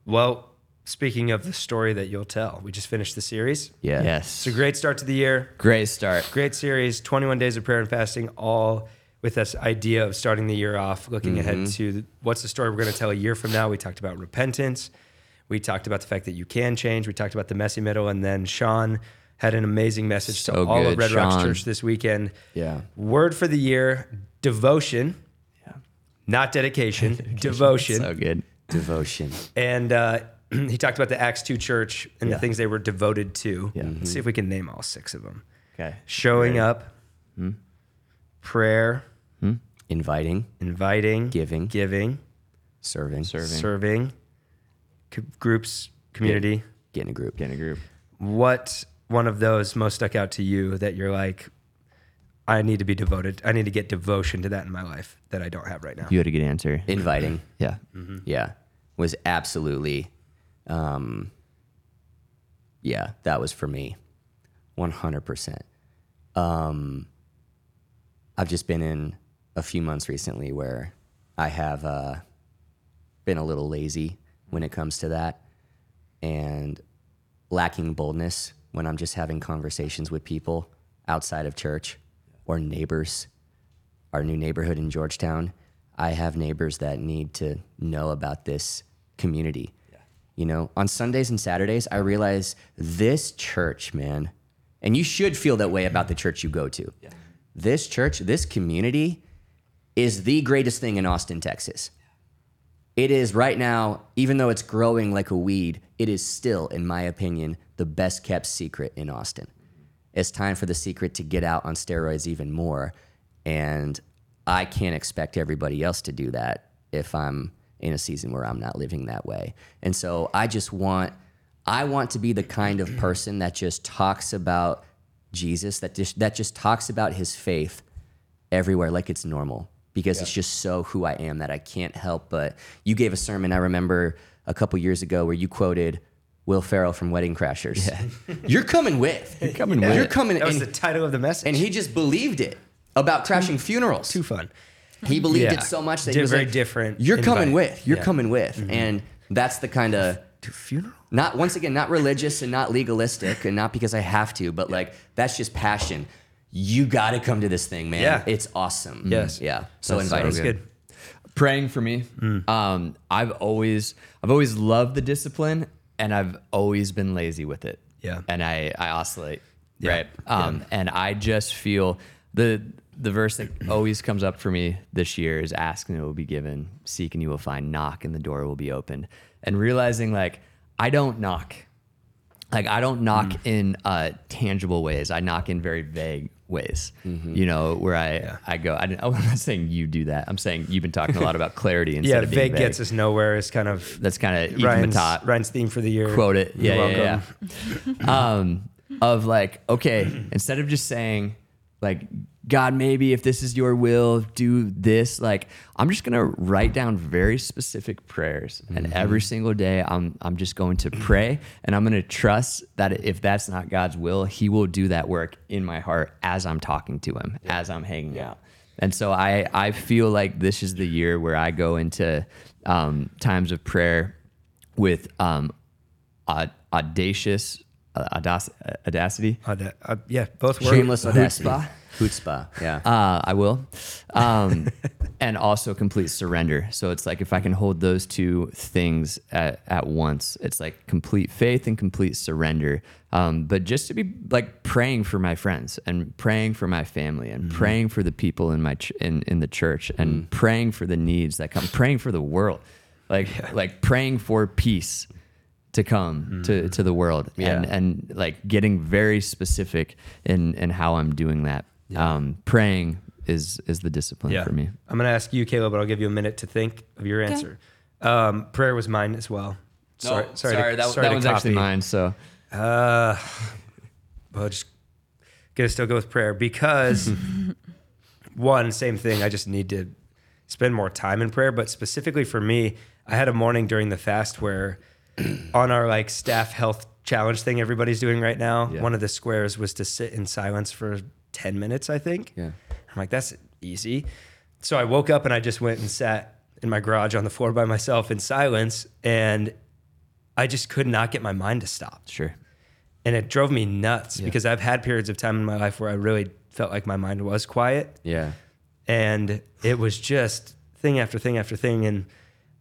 Speaker 1: Well, speaking of the story that you'll tell, we just finished the series.
Speaker 3: Yeah.
Speaker 2: Yes.
Speaker 1: It's a great start to the year.
Speaker 2: great start.
Speaker 1: Great series, 21 days of prayer and fasting, all with this idea of starting the year off, looking ahead to
Speaker 2: Mm-hmm.
Speaker 1: the, what's the story we're going to tell a year from now. We talked about repentance. We talked about the fact that you can change. We talked about the messy middle. And then Sean had an amazing message to
Speaker 2: So
Speaker 1: all of
Speaker 2: good,
Speaker 1: Red Rocks
Speaker 2: Sean.
Speaker 1: Church this weekend.
Speaker 3: Yeah.
Speaker 1: Word for the year devotion, not dedication, devotion.
Speaker 2: So good.
Speaker 3: Devotion.
Speaker 1: And uh, he talked about the Acts 2 church and the things they were devoted to. Let's see if we can name all six of them
Speaker 2: Okay.
Speaker 1: showing up, prayer,
Speaker 3: Inviting,
Speaker 1: inviting,
Speaker 3: Giving.
Speaker 1: giving,
Speaker 3: serving,
Speaker 2: Serving.
Speaker 1: serving, co- groups, community.
Speaker 3: get in a group.
Speaker 2: Get in a group.
Speaker 1: What one of those most stuck out to you that you're like, I need to be devoted. I need to get devotion to that in my life that I don't have right now.
Speaker 2: You had a good answer. Mm-hmm.
Speaker 3: Inviting.
Speaker 2: yeah.
Speaker 3: yeah was absolutely um yeah that was for me 100% um i've just been in a few months recently where i have uh been a little lazy when it comes to that and lacking boldness when i'm just having conversations with people outside of church or neighbors our new neighborhood in Georgetown, I have neighbors that need to know about this community. You know, on Sundays and Saturdays, I realize this church, man, and you should feel that way about the church you go to. This church, this community is the greatest thing in Austin, Texas. It is right now, even though it's growing like a weed, it is still, in my opinion, the best kept secret in Austin it's time for the secret to get out on steroids even more. And I can't expect everybody else to do that if I'm in a season where I'm not living that way. And so I just want I want to be the kind of person that just talks about Jesus, that just that just talks about his faith everywhere like it's normal because it's just so who I am that I can't help but you gave a sermon I remember a couple years ago where you quoted Will Farrell from Wedding Crashers. You're coming with. You're
Speaker 2: coming with.
Speaker 3: You're coming
Speaker 1: That was
Speaker 3: and,
Speaker 1: the title of the message.
Speaker 3: and he just believed it about crashing funerals.
Speaker 1: too fun.
Speaker 3: He believed
Speaker 1: Yeah.
Speaker 3: it so much that
Speaker 1: Di-
Speaker 3: he was
Speaker 1: very
Speaker 3: like,
Speaker 1: different
Speaker 3: You're coming
Speaker 1: invite."
Speaker 3: with. You're
Speaker 1: Yeah.
Speaker 3: coming with. And that's the kind of
Speaker 1: To funeral?
Speaker 3: not once again not religious and not legalistic and not because I have to, but like that's just passion. You got to come to this thing, man.
Speaker 1: Yeah.
Speaker 3: It's awesome.
Speaker 1: Yes.
Speaker 3: Yeah. So
Speaker 2: Mm-hmm. That's so
Speaker 3: inviting. Mm.
Speaker 1: That's
Speaker 2: good.
Speaker 1: good.
Speaker 2: Praying for me. Um, I've always I've always loved the discipline and I've always been lazy with it.
Speaker 1: Yeah.
Speaker 2: And I, I oscillate. Right. Um, and I just feel the the verse that always comes up for me this year is ask and it will be given, seek and you will find, knock and the door will be opened. And realizing like I don't knock. like I don't knock
Speaker 1: Mm.
Speaker 2: in uh, tangible ways. I knock in very vague ways.
Speaker 1: Mm-hmm.
Speaker 2: You know where I I go. I didn't, oh, I'm not saying you do that. I'm saying you've been talking a lot about clarity instead
Speaker 1: Yeah,
Speaker 2: of being
Speaker 1: vague gets us nowhere is kind of
Speaker 2: That's kind of
Speaker 1: Ryan's, Ryan's theme for the year.
Speaker 2: quote it. Yeah,
Speaker 1: You're
Speaker 2: yeah, yeah. um, of like, okay, instead of just saying like, God, maybe if this is your will, do this. Like, I'm just gonna write down very specific prayers,
Speaker 1: Mm-hmm.
Speaker 2: and every single day, I'm I'm just going to pray, and I'm gonna trust that if that's not God's will, He will do that work in my heart as I'm talking to Him, as I'm hanging out. And so I I feel like this is the year where I go into um, times of prayer with um, aud- audacious uh, audac- audacity.
Speaker 1: Aud- uh, yeah, both work.
Speaker 3: Shameless audacity.
Speaker 2: Chutzpah.
Speaker 3: Chutzpah. Yeah.
Speaker 2: Uh, I will. Um, and also complete surrender. So it's like if I can hold those two things at, at once, it's like complete faith and complete surrender. Um, but just to be like praying for my friends and praying for my family and praying for the people in my ch- in, in the church and praying for the needs that come, praying for the world, like like praying for peace to come
Speaker 1: Mm-hmm.
Speaker 2: to, to the world and, and like getting very specific in, in how I'm doing that. Um, praying is, is the discipline for me.
Speaker 1: I'm going to ask you, Caleb, but I'll give you a minute to think of your answer. Um, prayer was mine as well. Sorry, sorry, to,
Speaker 2: that,
Speaker 1: sorry
Speaker 2: that
Speaker 1: to
Speaker 2: one's
Speaker 1: copy.
Speaker 2: actually mine. So
Speaker 1: Uh, well, just gonna still go with prayer because one, same thing. I just need to spend more time in prayer. But specifically for me, I had a morning during the fast where on our like staff health challenge thing everybody's doing right now, one of the squares was to sit in silence for 10 minutes, I think. Yeah. I'm like, that's easy. So I woke up and I just went and sat in my garage on the floor by myself in silence. And I just could not get my mind to stop
Speaker 2: sure.
Speaker 1: and it drove me nuts because I've had periods of time in my life where I really felt like my mind was quiet
Speaker 3: yeah.
Speaker 1: and it was just thing after thing after thing and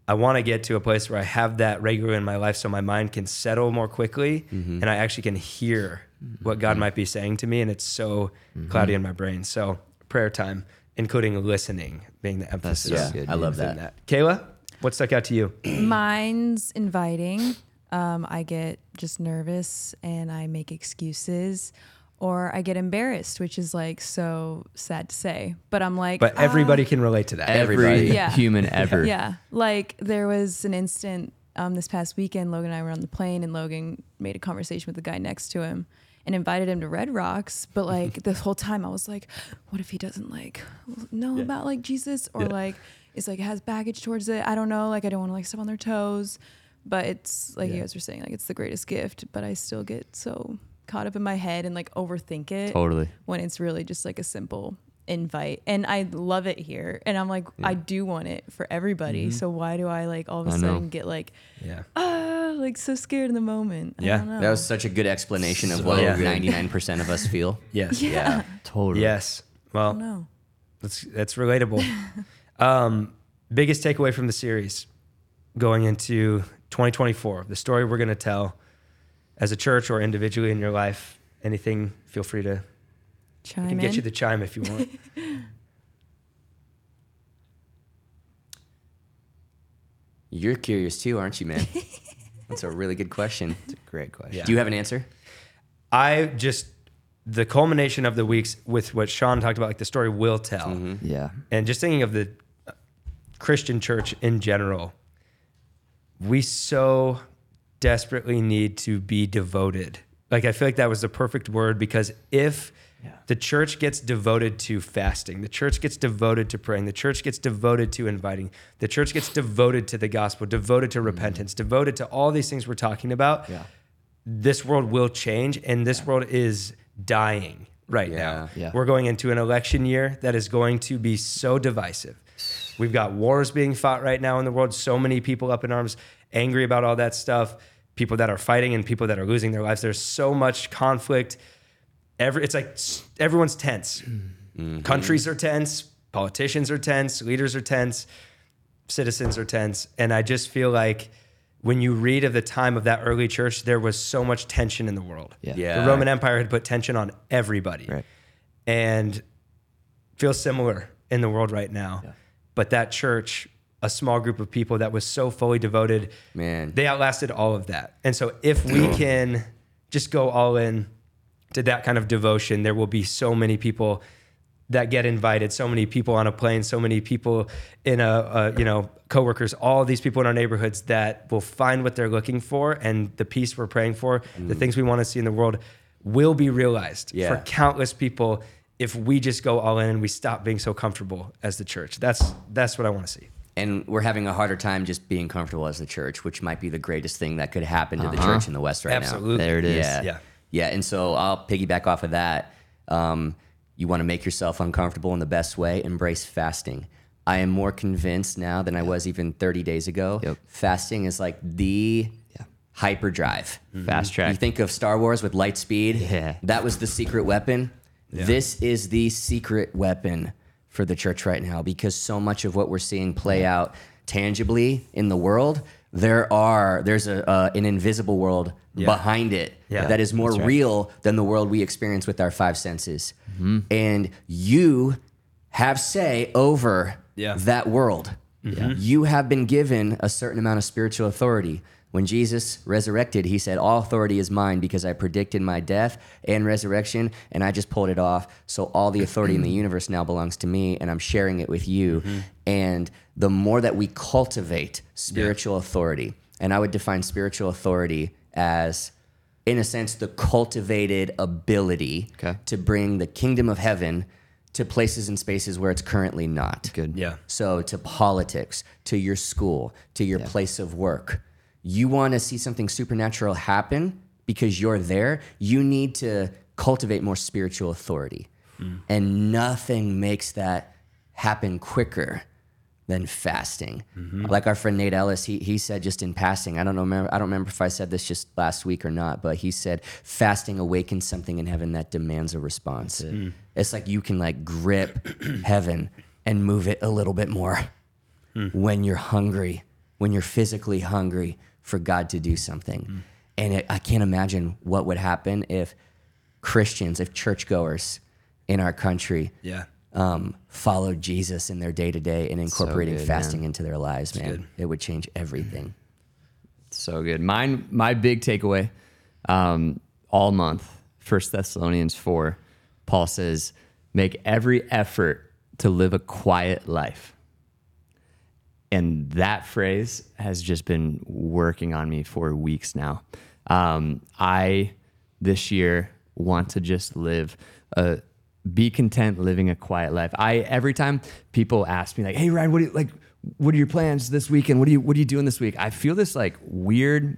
Speaker 1: I want to get to a place where I have that regularly in my life so my mind can settle more quickly
Speaker 3: Mm-hmm.
Speaker 1: and I actually can hear what God might be saying to me and it's so
Speaker 3: Mm-hmm.
Speaker 1: cloudy in my brain. So prayer time including listening being the emphasis.
Speaker 3: so good, I love
Speaker 1: within that. Kayla, what stuck out to you?
Speaker 6: Mine's inviting. Um, I get just nervous and I make excuses, or I get embarrassed, which is like so sad to say. But I'm like,
Speaker 1: But
Speaker 6: "Ah,
Speaker 1: everybody can relate to that.
Speaker 2: Every
Speaker 3: Everybody.
Speaker 6: Yeah.
Speaker 2: human ever.
Speaker 6: Yeah. Like there was an instant um, this past weekend, Logan and I were on the plane, and Logan made a conversation with the guy next to him and invited him to Red Rocks. But like this whole time, I was like, what if he doesn't like know about like Jesus or like it's like has baggage towards it? I don't know. Like I don't want to like step on their toes. But it's like you guys were saying, like it's the greatest gift, but I still get so caught up in my head and like overthink it
Speaker 2: Totally.
Speaker 6: when it's really just like a simple invite. And I love it here. And I'm like, I do want it for everybody. So why do I like all of a
Speaker 2: I know.
Speaker 6: sudden get like,
Speaker 1: Yeah.
Speaker 6: ah, like so scared in the moment?
Speaker 1: Yeah.
Speaker 6: I don't know.
Speaker 3: That was such a good explanation of what
Speaker 1: Yeah.
Speaker 3: 99% of us feel.
Speaker 1: Yes.
Speaker 6: yeah.
Speaker 2: Totally.
Speaker 1: Yes. Well,
Speaker 6: No.
Speaker 1: That's that's relatable. um, biggest takeaway from the series going into 2024, the story we're going to tell as a church or individually in your life. Anything, feel free to I
Speaker 6: Chime
Speaker 1: can get you
Speaker 6: in.
Speaker 1: the chime if you want.
Speaker 3: You're curious too, aren't you, man? That's a really good question.
Speaker 2: Great question.
Speaker 1: Yeah.
Speaker 3: Do you have an answer?
Speaker 1: I just the culmination of the weeks with what Sean talked about, like the story will tell.
Speaker 2: Yeah.
Speaker 1: and just thinking of the Christian church in general, we so desperately need to be devoted. Like, I feel like that was the perfect word because if the church gets devoted to fasting, the church gets devoted to praying, the church gets devoted to inviting, the church gets devoted to the gospel, devoted to repentance, devoted to all these things we're talking about, this world will change and this world is dying right now.
Speaker 2: Yeah.
Speaker 1: We're going into an election year that is going to be so divisive. We've got wars being fought right now in the world, so many people up in arms, angry about all that stuff, people that are fighting and people that are losing their lives. There's so much conflict. Every it's like s- everyone's tense.
Speaker 2: Mm-hmm.
Speaker 1: Countries are tense, politicians are tense, leaders are tense citizens are tense. And I just feel like when you read of the time of that early church, there was so much tension in the world.
Speaker 2: Yeah.
Speaker 3: Yeah.
Speaker 1: The Roman Empire had put tension on everybody.
Speaker 2: Right.
Speaker 1: And feels similar in the world right now. But that church, a small group of people that was so fully devoted,
Speaker 3: Man.
Speaker 1: they outlasted all of that. And so if we can just go all in to that kind of devotion, there will be so many people that get invited, so many people on a plane, so many people in a, a you know, coworkers, all these people in our neighborhoods that will find what they're looking for and the peace we're praying for, the things we want to see in the world will be realized
Speaker 3: Mm. Yeah.
Speaker 1: for countless people if we just go all in and we stop being so comfortable as the church. That's that's what I want to see.
Speaker 3: And we're having a harder time just being comfortable as the church, which might be the greatest thing that could happen to the church in the West right
Speaker 1: Absolutely.
Speaker 3: now.
Speaker 2: There it is.
Speaker 3: Yeah.
Speaker 1: Yeah.
Speaker 3: yeah. And so I'll piggyback off of that. Um, you want to make yourself uncomfortable in the best way, embrace fasting. I am more convinced now than I was even 30 days ago.
Speaker 2: Yep.
Speaker 3: Fasting is like the hyperdrive.
Speaker 1: Mm-hmm.
Speaker 2: Fast track.
Speaker 3: You think of Star Wars with light speed?
Speaker 2: Yeah.
Speaker 3: That was the secret weapon. This is the secret weapon for the church right now because so much of what we're seeing play out tangibly in the world, there are there's a uh, an invisible world behind it
Speaker 1: Yeah.
Speaker 3: that is more real than the world we experience with our five senses. And you have say over
Speaker 7: Yeah.
Speaker 3: that world. You have been given a certain amount of spiritual authority. When Jesus resurrected, he said, All authority is mine because I predicted my death and resurrection, and I just pulled it off. So all the authority in the universe now belongs to me, and I'm sharing it with you. And the more that we cultivate spiritual authority, and I would define spiritual authority as in a sense, the cultivated ability
Speaker 2: Okay.
Speaker 3: to bring the kingdom of heaven to places and spaces where it's currently not.
Speaker 2: Good.
Speaker 7: Yeah.
Speaker 3: So to politics, to your school, to your place of work. You want to see something supernatural happen because you're there. You need to cultivate more spiritual authority. And nothing makes that happen quicker than fasting. Like our friend Nate Ellis, he, he said just in passing, I don't know, remember, I don't remember if I said this just last week or not, but he said fasting awakens something in heaven that demands a response. It's like you can like grip heaven and move it a little bit more when you're hungry, when you're physically hungry for God to do something. And it, I can't imagine what would happen if Christians, if churchgoers in our country
Speaker 7: Yeah.
Speaker 3: um, followed Jesus in their day to day and incorporating
Speaker 2: good,
Speaker 3: fasting into their lives, man. It would change everything.
Speaker 2: So good. Mine, my big takeaway um, all month, First Thessalonians 4, Paul says, make every effort to live a quiet life. And that phrase has just been working on me for weeks now. Um, I, this year, want to just live a be content living a quiet life. I every time people ask me like, "Hey Ryan, what do you like? What are your plans this weekend? What do you what are you doing this week?" I feel this like weird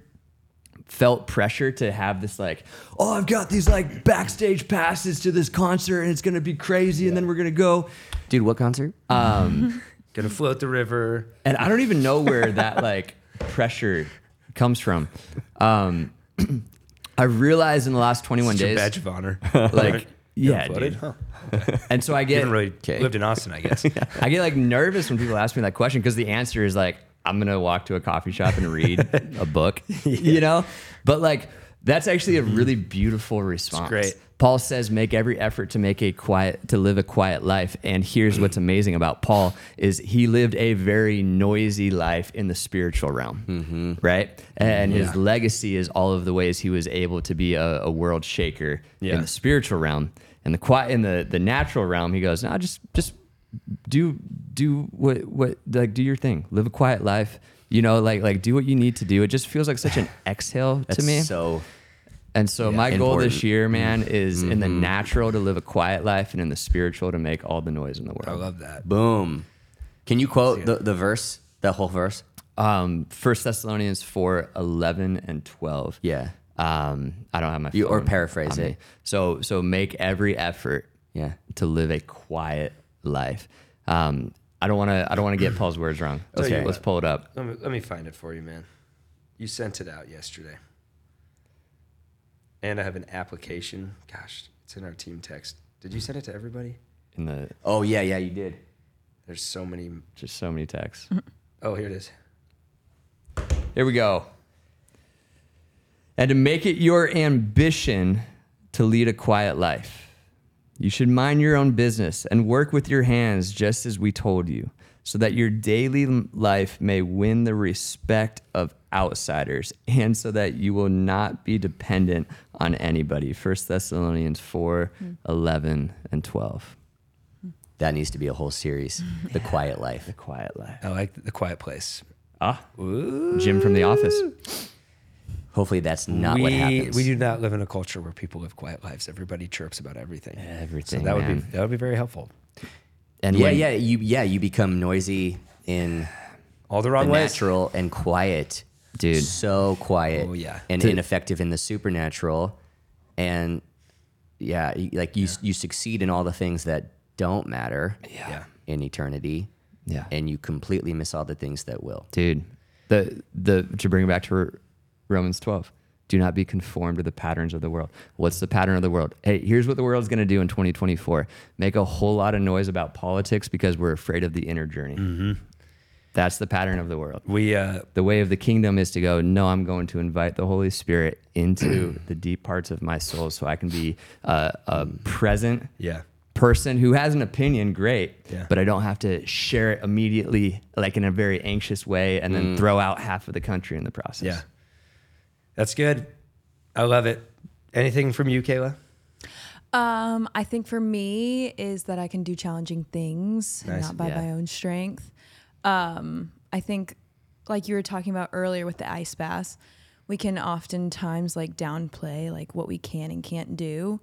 Speaker 2: felt pressure to have this like, oh, I've got these like backstage passes to this concert and it's gonna be crazy, and then we're gonna go.
Speaker 3: Dude, what concert?
Speaker 1: Gonna float the river.
Speaker 2: And I don't even know where that like pressure comes from. Um, I realized in the last 21
Speaker 1: It's your
Speaker 2: days,
Speaker 1: badge of honor.
Speaker 2: like, yeah,
Speaker 1: floated?
Speaker 2: dude.
Speaker 1: Huh.
Speaker 2: and so I get
Speaker 1: Haven't really lived in Austin, I guess.
Speaker 2: I get like nervous when people ask me that question because the answer is like, I'm gonna walk to a coffee shop and read a book, you know? But like, that's actually a really beautiful response.
Speaker 1: great.
Speaker 2: Paul says, make every effort to make a quiet, to live a quiet life. And here's what's amazing about Paul is he lived a very noisy life in the spiritual realm, right? And his legacy is all of the ways he was able to be a, a world shaker in
Speaker 7: Yeah.
Speaker 2: the spiritual realm. And the quiet in the, the natural realm, he goes, no, just just do do what what like do your thing live a quiet life you know like like do what you need to do it just feels like such an exhale to me
Speaker 3: So
Speaker 2: and so my goal this
Speaker 3: important. Mm-hmm.
Speaker 2: year man is in the natural to live a quiet life and in the spiritual to make all the noise in the
Speaker 7: I
Speaker 2: world
Speaker 7: love that.
Speaker 3: boom. Can you quote the, the verse, the whole verse?
Speaker 2: um first thessalonians 4 11 and 12
Speaker 3: Yeah.
Speaker 2: um i don't have my
Speaker 3: You- or
Speaker 2: phone
Speaker 3: paraphrase
Speaker 2: on me.
Speaker 3: it.
Speaker 2: so so make every effort
Speaker 3: Yeah.
Speaker 2: to live a quiet life um i don't want to i don't want to get paul's words wrong
Speaker 1: you
Speaker 2: okay
Speaker 1: what.
Speaker 2: let's pull it up
Speaker 1: let, me, let me find it for you, man. You sent it out yesterday. And I have an application. Gosh, it's in our team text. Did you send it to everybody?
Speaker 2: in the
Speaker 3: Oh, yeah, yeah, you did.
Speaker 1: There's so many.
Speaker 2: just so many texts
Speaker 1: Oh, here it is.
Speaker 2: Here we go. And to make it your ambition to lead a quiet life, you should mind your own business and work with your hands just as we told you, so that your daily life may win the respect of outsiders and so that you will not be dependent on anybody. 1 Thessalonians 4 11 and 12.
Speaker 3: That needs to be a whole series, The Quiet Life.
Speaker 2: The quiet life.
Speaker 1: I like the quiet place.
Speaker 2: Ah, Jim from the office.
Speaker 3: Hopefully, that's not
Speaker 1: we,
Speaker 3: what happens.
Speaker 1: we do not live in a culture where people live quiet lives. Everybody chirps about everything.
Speaker 2: Everything,
Speaker 1: So that would
Speaker 2: man.
Speaker 1: be that would be very helpful.
Speaker 2: And
Speaker 3: yeah,
Speaker 2: when-
Speaker 3: yeah, you, yeah, you become noisy in
Speaker 1: All the wrong
Speaker 3: the
Speaker 1: ways.
Speaker 3: natural and quiet.
Speaker 2: Dude.
Speaker 3: So quiet.
Speaker 1: Oh, yeah.
Speaker 3: And
Speaker 2: To-
Speaker 3: ineffective in the supernatural. And yeah, y- like you you succeed in all the things that don't matter
Speaker 1: Yeah.
Speaker 3: in eternity.
Speaker 2: Yeah.
Speaker 3: And you completely miss all the things that will.
Speaker 2: dude the the to bring it back to Romans 12. Do not be conformed to the patterns of the world. What's the pattern of the world? Hey, here's what the world's going to do in 2024 make a whole lot of noise about politics because we're afraid of the inner journey. That's the pattern of the world.
Speaker 1: Mm-hmm. We uh,
Speaker 2: The way of the kingdom is to go, no, I'm going to invite the Holy Spirit into the deep parts of my soul so I can be uh, a
Speaker 1: Mm.
Speaker 2: present
Speaker 1: yeah.
Speaker 2: person who has an opinion, great,
Speaker 1: Yeah.
Speaker 2: but I don't have to share it immediately, like in a very anxious way, and then throw out half of the country in the process.
Speaker 1: Mm. Yeah. That's good. I love it. Anything from you, Kayla?
Speaker 6: Um, I think for me is that I can do challenging things,
Speaker 1: Nice.
Speaker 6: not by
Speaker 2: Yeah.
Speaker 6: my own strength. Um, I think, like you were talking about earlier with the ice baths, we can oftentimes like downplay like what we can and can't do.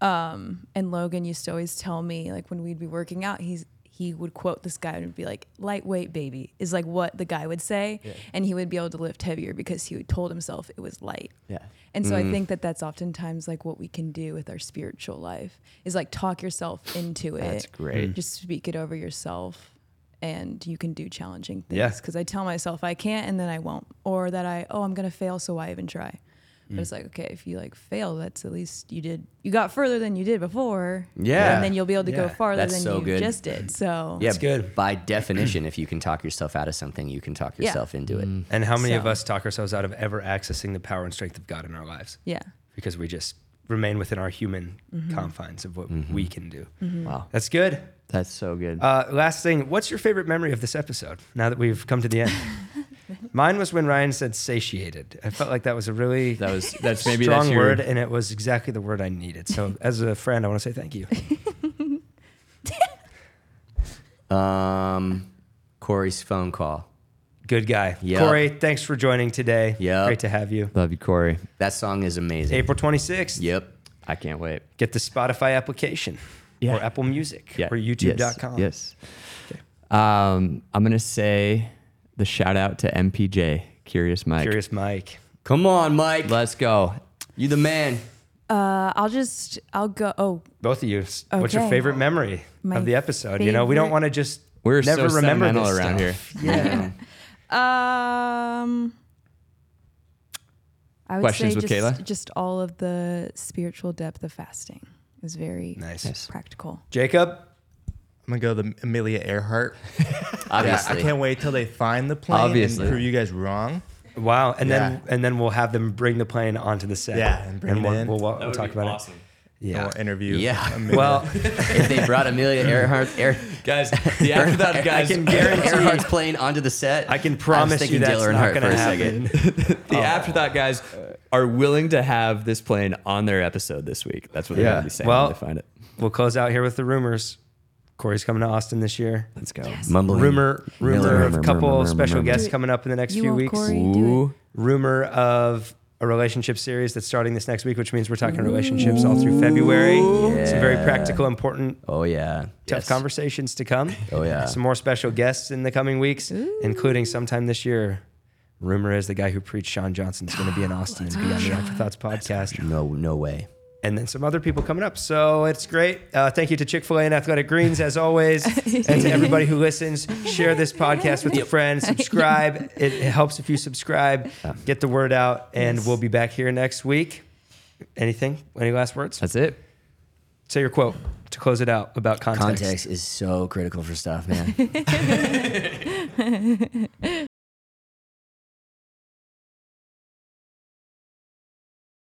Speaker 6: Um, and Logan used to always tell me like when we'd be working out, he's he would quote this guy and be like, "Lightweight baby" is like what the guy would say, and he would be able to lift heavier because he told himself it was light.
Speaker 2: Yeah.
Speaker 6: And so I think that that's oftentimes like what we can do with our spiritual life is like talk yourself into it.
Speaker 2: That's great.
Speaker 6: Just speak it over yourself and you can do challenging things.
Speaker 1: Yeah.
Speaker 6: Cause I tell myself I can't and then I won't. Or that I, oh, I'm going to fail. So why even try? But it's like, okay, if you like fail, that's at least you did, you got further than you did before.
Speaker 3: Yeah.
Speaker 6: And then you'll be able to go
Speaker 1: Yeah.
Speaker 6: farther
Speaker 3: That's
Speaker 6: than
Speaker 3: so
Speaker 6: you
Speaker 3: good.
Speaker 6: just did. So
Speaker 1: It's good.
Speaker 3: By definition, if you can talk yourself out of something, you can talk
Speaker 6: Yeah.
Speaker 3: yourself into it.
Speaker 2: Mm,
Speaker 1: And how many of
Speaker 6: So-
Speaker 1: us talk ourselves out of ever accessing the power and strength of God in our lives?
Speaker 6: yeah.
Speaker 1: Because we just remain within our human confines of what
Speaker 2: Mm-hmm.
Speaker 1: we can do.
Speaker 2: Wow.
Speaker 1: That's good.
Speaker 2: That's so good.
Speaker 1: Uh, last thing, what's your favorite memory of this episode now that we've come to the end? Mine was when Ryan said satiated. I felt like that was a really
Speaker 2: that was that's maybe
Speaker 1: strong
Speaker 2: that's your,
Speaker 1: word, and it was exactly the word I needed. So, as a friend, I want to say thank you.
Speaker 3: Um, Corey's phone call.
Speaker 1: Good guy.
Speaker 3: Yep.
Speaker 1: Corey, thanks for joining today.
Speaker 3: Yep.
Speaker 1: Great to have you.
Speaker 2: Love you, Corey.
Speaker 3: That song is amazing.
Speaker 1: April 26th,
Speaker 3: Yep.
Speaker 2: I can't wait.
Speaker 1: get the Spotify application
Speaker 2: Yeah.
Speaker 1: or Apple Music or
Speaker 2: Yes.
Speaker 1: YouTube.com.
Speaker 2: Yes. Um, I'm gonna say the shout out to MPJ, Curious Mike.
Speaker 1: Curious Mike.
Speaker 3: Come on, Mike.
Speaker 2: Let's go.
Speaker 3: You the man.
Speaker 6: Uh, I'll just, I'll go. Oh,
Speaker 1: Both of you, s- what's your
Speaker 6: Okay.
Speaker 1: favorite memory
Speaker 6: My
Speaker 1: of the episode? You know, we don't
Speaker 6: favorite-
Speaker 1: want to just
Speaker 2: We're
Speaker 1: never
Speaker 2: so
Speaker 1: remember
Speaker 2: sentimental
Speaker 1: this
Speaker 2: around
Speaker 1: stuff.
Speaker 2: here.
Speaker 3: Yeah.
Speaker 6: Um, I would
Speaker 2: Questions
Speaker 6: say
Speaker 2: with
Speaker 6: just,
Speaker 2: Kayla?
Speaker 6: just all of the spiritual depth of fasting is very
Speaker 1: Nice.
Speaker 6: practical.
Speaker 1: Jacob,
Speaker 5: I'm gonna go the Amelia Earhart. I
Speaker 3: Obviously.
Speaker 5: can't wait till they find the plane
Speaker 2: Obviously.
Speaker 5: and prove you guys wrong.
Speaker 1: wow. And then
Speaker 5: Yeah.
Speaker 1: and then we'll have them bring the plane onto the set.
Speaker 5: Yeah, and bring it
Speaker 1: we'll,
Speaker 5: in.
Speaker 1: we'll, we'll talk about it.
Speaker 5: Yeah.
Speaker 1: Yeah.
Speaker 5: Or interview.
Speaker 3: Yeah.
Speaker 5: Amelia.
Speaker 1: Well,
Speaker 3: if they brought Amelia Earhart, Ear,
Speaker 2: Guys, the after
Speaker 3: I
Speaker 2: that guys
Speaker 1: can guarantee-
Speaker 3: Earhart's plane onto the set,
Speaker 1: I can
Speaker 3: I was
Speaker 1: promise
Speaker 3: thinking
Speaker 1: you that's
Speaker 3: Dale
Speaker 1: not
Speaker 3: Earnhardt
Speaker 1: going to
Speaker 3: for a
Speaker 1: happen. Oh.
Speaker 2: the afterthought guys are willing to have this plane on their episode this week. That's what they're
Speaker 1: Yeah.
Speaker 2: going to be saying
Speaker 1: Well-
Speaker 2: when they find it.
Speaker 1: We'll close out here with the rumors. Corey's coming to Austin this year.
Speaker 2: Let's go.
Speaker 3: Mumbling.
Speaker 1: Rumor, rumor
Speaker 3: Miller.
Speaker 1: of a couple
Speaker 2: rumor,
Speaker 1: special
Speaker 2: rumor.
Speaker 1: guests coming up in the next
Speaker 6: You
Speaker 1: few
Speaker 6: won't,
Speaker 1: weeks.
Speaker 6: Corey.
Speaker 2: Ooh,
Speaker 1: Rumor of a relationship series that's starting this next week, which means we're talking relationships all through February. Some very practical, important,
Speaker 3: Oh yeah.
Speaker 1: tough
Speaker 3: Yes.
Speaker 1: conversations to come.
Speaker 3: Oh yeah.
Speaker 1: Some more special guests in the coming weeks, including sometime this year. Rumor is the guy who preached Sean Johnson's going to be in Austin and be on the Afterthoughts podcast.
Speaker 3: No, no way.
Speaker 1: and then some other people coming up. So it's great. Uh, thank you to Chick fil A and Athletic Greens, as always, and to everybody who listens. Share this podcast with your friends. Subscribe. It, it helps if you subscribe. Get the word out, and we'll be back here next week. Anything? Any last words?
Speaker 2: that's it.
Speaker 1: Say your quote to close it out about
Speaker 3: Context is so critical for stuff, man.